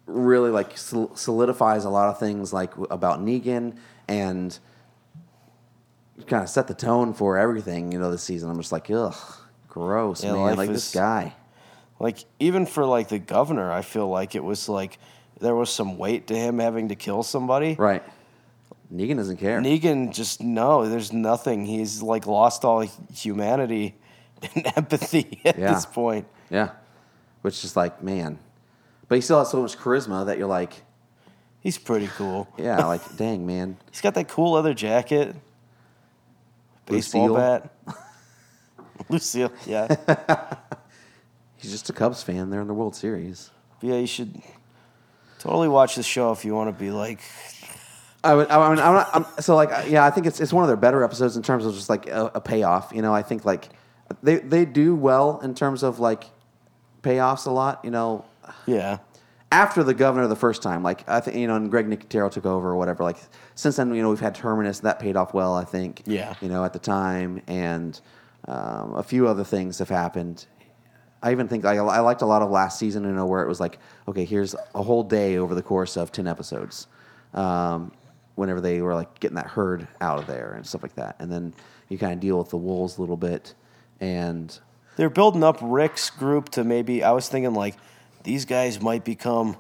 really like sol- solidifies a lot of things like w- about Negan and kind of set the tone for everything you know this season. I'm just like, ugh, gross, Yeah, man. life Like this is- guy. Like even for like the governor, I feel like it was like there was some weight to him having to kill somebody. Right. Negan doesn't care. Negan just no, there's nothing. He's like lost all humanity and empathy at Yeah. this point. yeah. Which is like, man. But he still has so much charisma that you're like, He's pretty cool. yeah, like, dang, man. He's got that cool leather jacket, baseball Lucille. bat. Lucille, yeah, He's just a Cubs fan. They're in the World Series. yeah. You should totally watch the show if you want to be like. I would. I mean, I'm not. I'm, so like, I- yeah, I think it's it's one of their better episodes in terms of just like a, a payoff. You know, I think like they they do well in terms of like payoffs a lot. You know, Yeah, after the governor the first time, like I think you know, and Greg Nicotero took over or whatever. Like since then, you know, we've had Terminus that paid off well, I think. Yeah. You know, at the time, and um, a few other things have happened. I even think I, I liked a lot of last season, you know, where it was like, okay, here's a whole day over the course of ten episodes. Um, whenever they were like getting that herd out of there and stuff like that, and then you kind of deal with the wolves a little bit, and they're building up Rick's group to maybe. I was thinking like these guys might become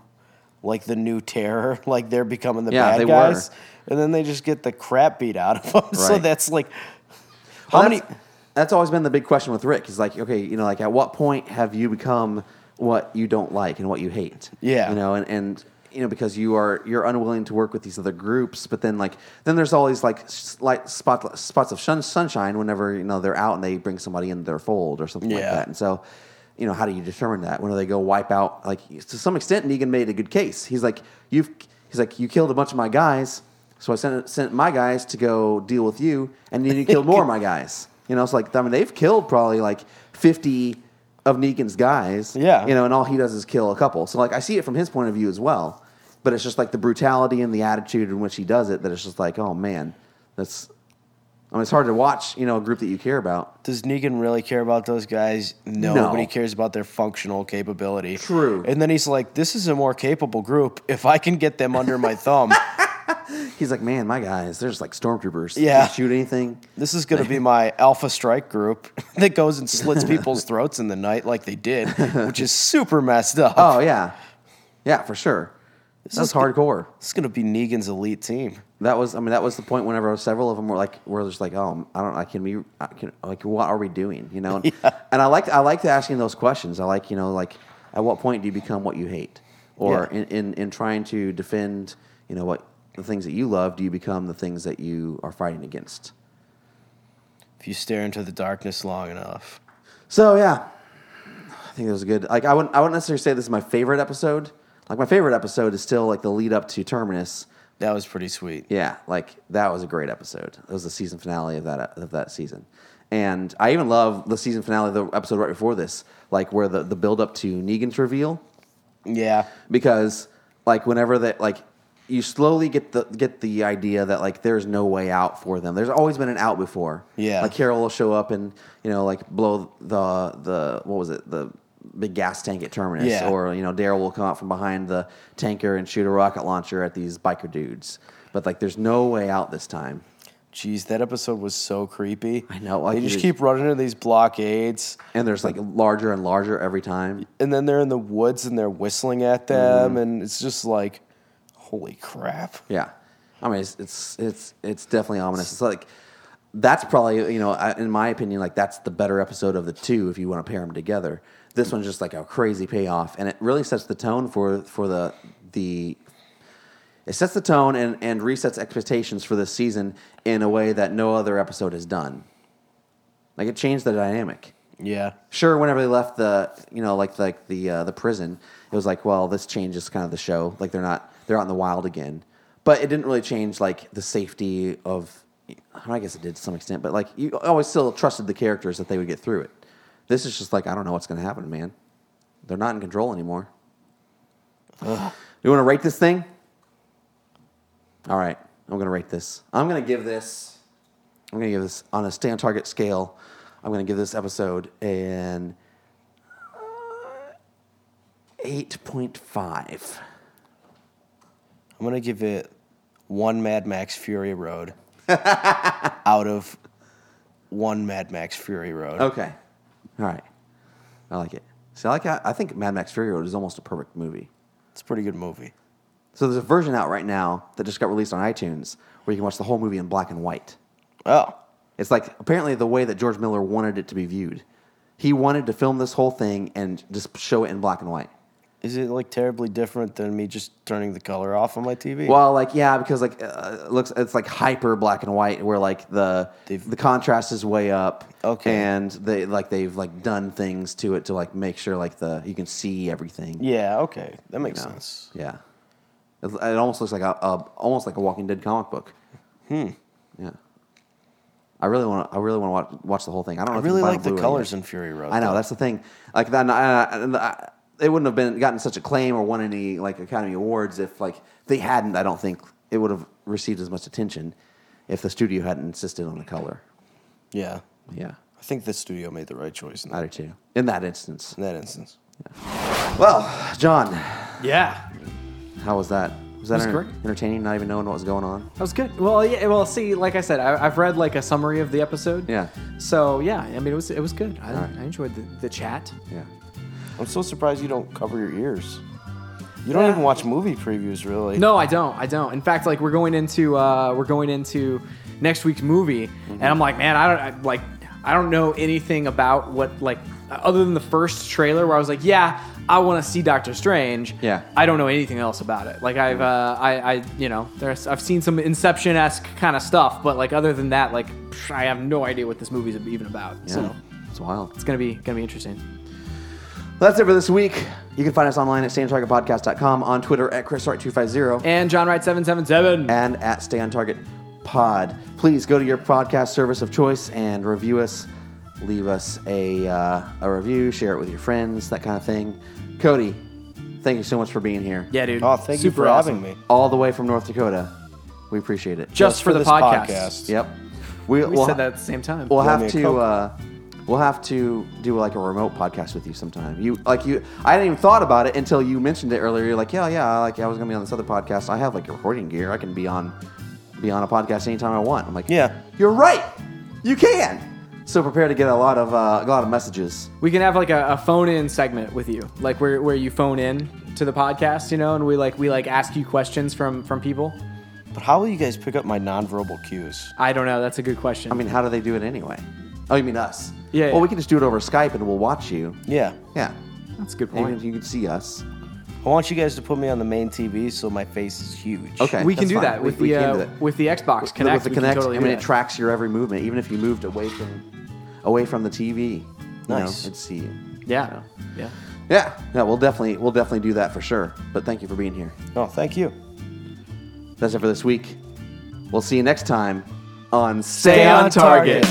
like the new terror, like they're becoming the Yeah, bad they guys, were. and then they just get the crap beat out of them. So Right. that's like how Well, many. That's, that's always been the big question with Rick. He's like, okay, you know, like at what point have you become what you don't like and what you hate? Yeah. you know, and and you know because you are you're unwilling to work with these other groups, but then like then there's always like slight spot spots of shun, sunshine whenever you know they're out and they bring somebody into their fold or something like Yeah. that, and so. you know, how do you determine that? When do they go wipe out? Like to some extent, Negan made a good case. He's like, you've, he's like, you killed a bunch of my guys, so I sent sent my guys to go deal with you, and then you killed more of my guys. You know, it's like I mean, they've killed probably like fifty of Negan's guys. Yeah. you know, and all he does is kill a couple. So like, I see it from his point of view as well, but it's just like the brutality and the attitude in which he does it that it's just like, oh man, that's. I mean, it's hard to watch, you know, a group that you care about. Does Negan really care about those guys? No, No. but he cares about their functional capability. True. And then he's like, this is a more capable group. If I can get them under my thumb, He's like, man, my guys, they're just like stormtroopers. Yeah. They can shoot anything. this is going to be my alpha strike group that goes and slits people's throats in the night like they did, which is super messed up. Oh yeah, yeah, for sure. is That's the- hardcore. This is going to be Negan's elite team. That was, I mean, that was the point whenever several of them were like, were just like, oh, I don't, I can we, I can, like, what are we doing? You know, and, and I like, I like asking those questions. I like, you know, like, at what point do you become what you hate, or Yeah. in, in in trying to defend, you know, what the things that you love, do you become the things that you are fighting against? If you stare into the darkness long enough. So yeah, I think it was a good. Like I wouldn't, I wouldn't necessarily say this is my favorite episode. Like my favorite episode is still like the lead up to Terminus. That was pretty sweet. Yeah, like that was a great episode. It was the season finale of that of that season, and I even love the season finale, of the episode right before this, like where the the build up to Negan's reveal Yeah. because like whenever that like you slowly get the get the idea that like there's no way out for them. There's always been an out before. Yeah. like Carol will show up and you know like blow the the what was it the big gas tank at terminus Yeah. or you know Daryl will come out from behind the tanker and shoot a rocket launcher at these biker dudes. But like there's no way out this time. Jeez, that episode was so creepy. I know, like, they just you- keep running into these blockades. And there's like larger and larger every time. and then they're in the woods and they're whistling Mm-hmm. at them, and it's just like, holy crap! Yeah, I mean it's it's it's, it's definitely ominous. It's like that's probably you know I- in my opinion like that's the better episode of the two if you want to pair them together. This one's just like a crazy payoff, and it really sets the tone for for the the. It sets the tone and, and resets expectations for this season in a way that no other episode has done. Like it changed the dynamic Yeah, sure whenever they left the you know like like the uh, the prison it was like well this changes kind of the show like they're not they're out in the wild again but it didn't really change like the safety of i guess it did to some extent but like you always still trusted the characters that they would get through it this is just like i don't know what's going to happen man they're not in control anymore you want to rate this thing all right i'm going to rate this i'm going to give this I'm gonna give this on a stay on target scale. I'm gonna give this episode an uh, eight point five. I'm gonna give it one Mad Max Fury Road out of one Mad Max Fury Road. Okay, all right. I like it. See, I like. How, I think Mad Max Fury Road is almost a perfect movie. It's a pretty good movie. So there's a version out right now that just got released on iTunes where you can watch the whole movie in black and white. Oh, It's like apparently the way that George Miller wanted it to be viewed. He wanted to film this whole thing and just show it in black and white. is it like terribly different than me just turning the color off on my TV? Well, like yeah, because like uh, it looks it's like hyper black and white, where like the They've- the contrast is way up. Okay. and they like they've like done things to it to like make sure like the you can see everything. yeah, okay, that makes you know? sense. Yeah, it, it almost looks like a, a almost like a Walking Dead comic book. Hmm. Yeah. I really want to. I really want to watch, watch the whole thing. I don't. Know I if you really can buy it on like the Blu-ray colors yet. in Fury Road. I know though. that's the thing. Like that, and I- and I- they wouldn't have been gotten such acclaim or won any like Academy Awards if like they hadn't. I don't think it would have received as much attention if the studio hadn't insisted on the color. Yeah, Yeah, I think the studio made the right choice in I that, do too. In that instance, in that instance. well, John, Yeah. how was that? Was that It was enter- great. entertaining? Not even knowing what was going on. That was good. Well, yeah. Well, see, like I said, I, I've read like a summary of the episode. Yeah. So yeah, I mean, it was it was good. I, Alright. I enjoyed the, the chat. Yeah, I'm so surprised you don't cover your ears. You don't even watch movie previews, really. No, I don't. I don't. In fact, like we're going into uh, we're going into next week's movie, and I'm like, man, I don't I, like I don't know anything about what like other than the first trailer where I was like, yeah, I want to see Doctor Strange. Yeah. I don't know anything else about it. Like I've uh, I I you know there's I've seen some Inception esque kind of stuff, but like other than that, like psh, I have no idea what this movie's even about. yeah. So it's wild. it's gonna be gonna be interesting. Well, that's it for this week. You can find us online at stayontargetpodcast.com, on Twitter at ChrisArt250, And John Wright seven seven seven. and at Stay on Target Pod. Please go to your podcast service of choice and review us. Leave us a, uh, a review, share it with your friends, that kind of thing. Cody, thank you so much for being here. Yeah, dude. Oh, thank you Super for awesome. having me. All the way from North Dakota. We appreciate it. Just, for, the this podcast. Yep. We, We said that at the same time. We'll Want have me a to. Coke? Uh, we'll have to do like a remote podcast with you sometime. You like you. I hadn't even thought about it until you mentioned it earlier. You're like, yeah, yeah. Like I was gonna be on this other podcast. I have like recording gear. I can be on be on a podcast anytime I want. I'm like, Yeah. you're right. You can. So prepare to get a lot of uh, a lot of messages. We can have like a, a phone in segment with you, like where, where you phone in to the podcast, you know, and we like we like ask you questions from from people. But how will you guys pick up my nonverbal cues? I don't know. That's a good question. I mean, how do they do it anyway? Oh, you mean us? Yeah, Well, yeah. we can just do it over Skype and we'll watch you. Yeah. Yeah. that's a good Even point. if you can see us. I want you guys to put me on the main TV so my face is huge. Okay. we can that's do fine. that We- with we the can uh, do that. with the Xbox Connect. with the we can connect, totally I mean, do it that. tracks your every movement, even if you moved away from away from the TV. You Nice. know, it'd see you. yeah, yeah. Yeah, yeah, we'll definitely we'll definitely do that for sure. But thank you for being here. No, Oh, thank you. That's it for this week. We'll see you next time on Stay on target.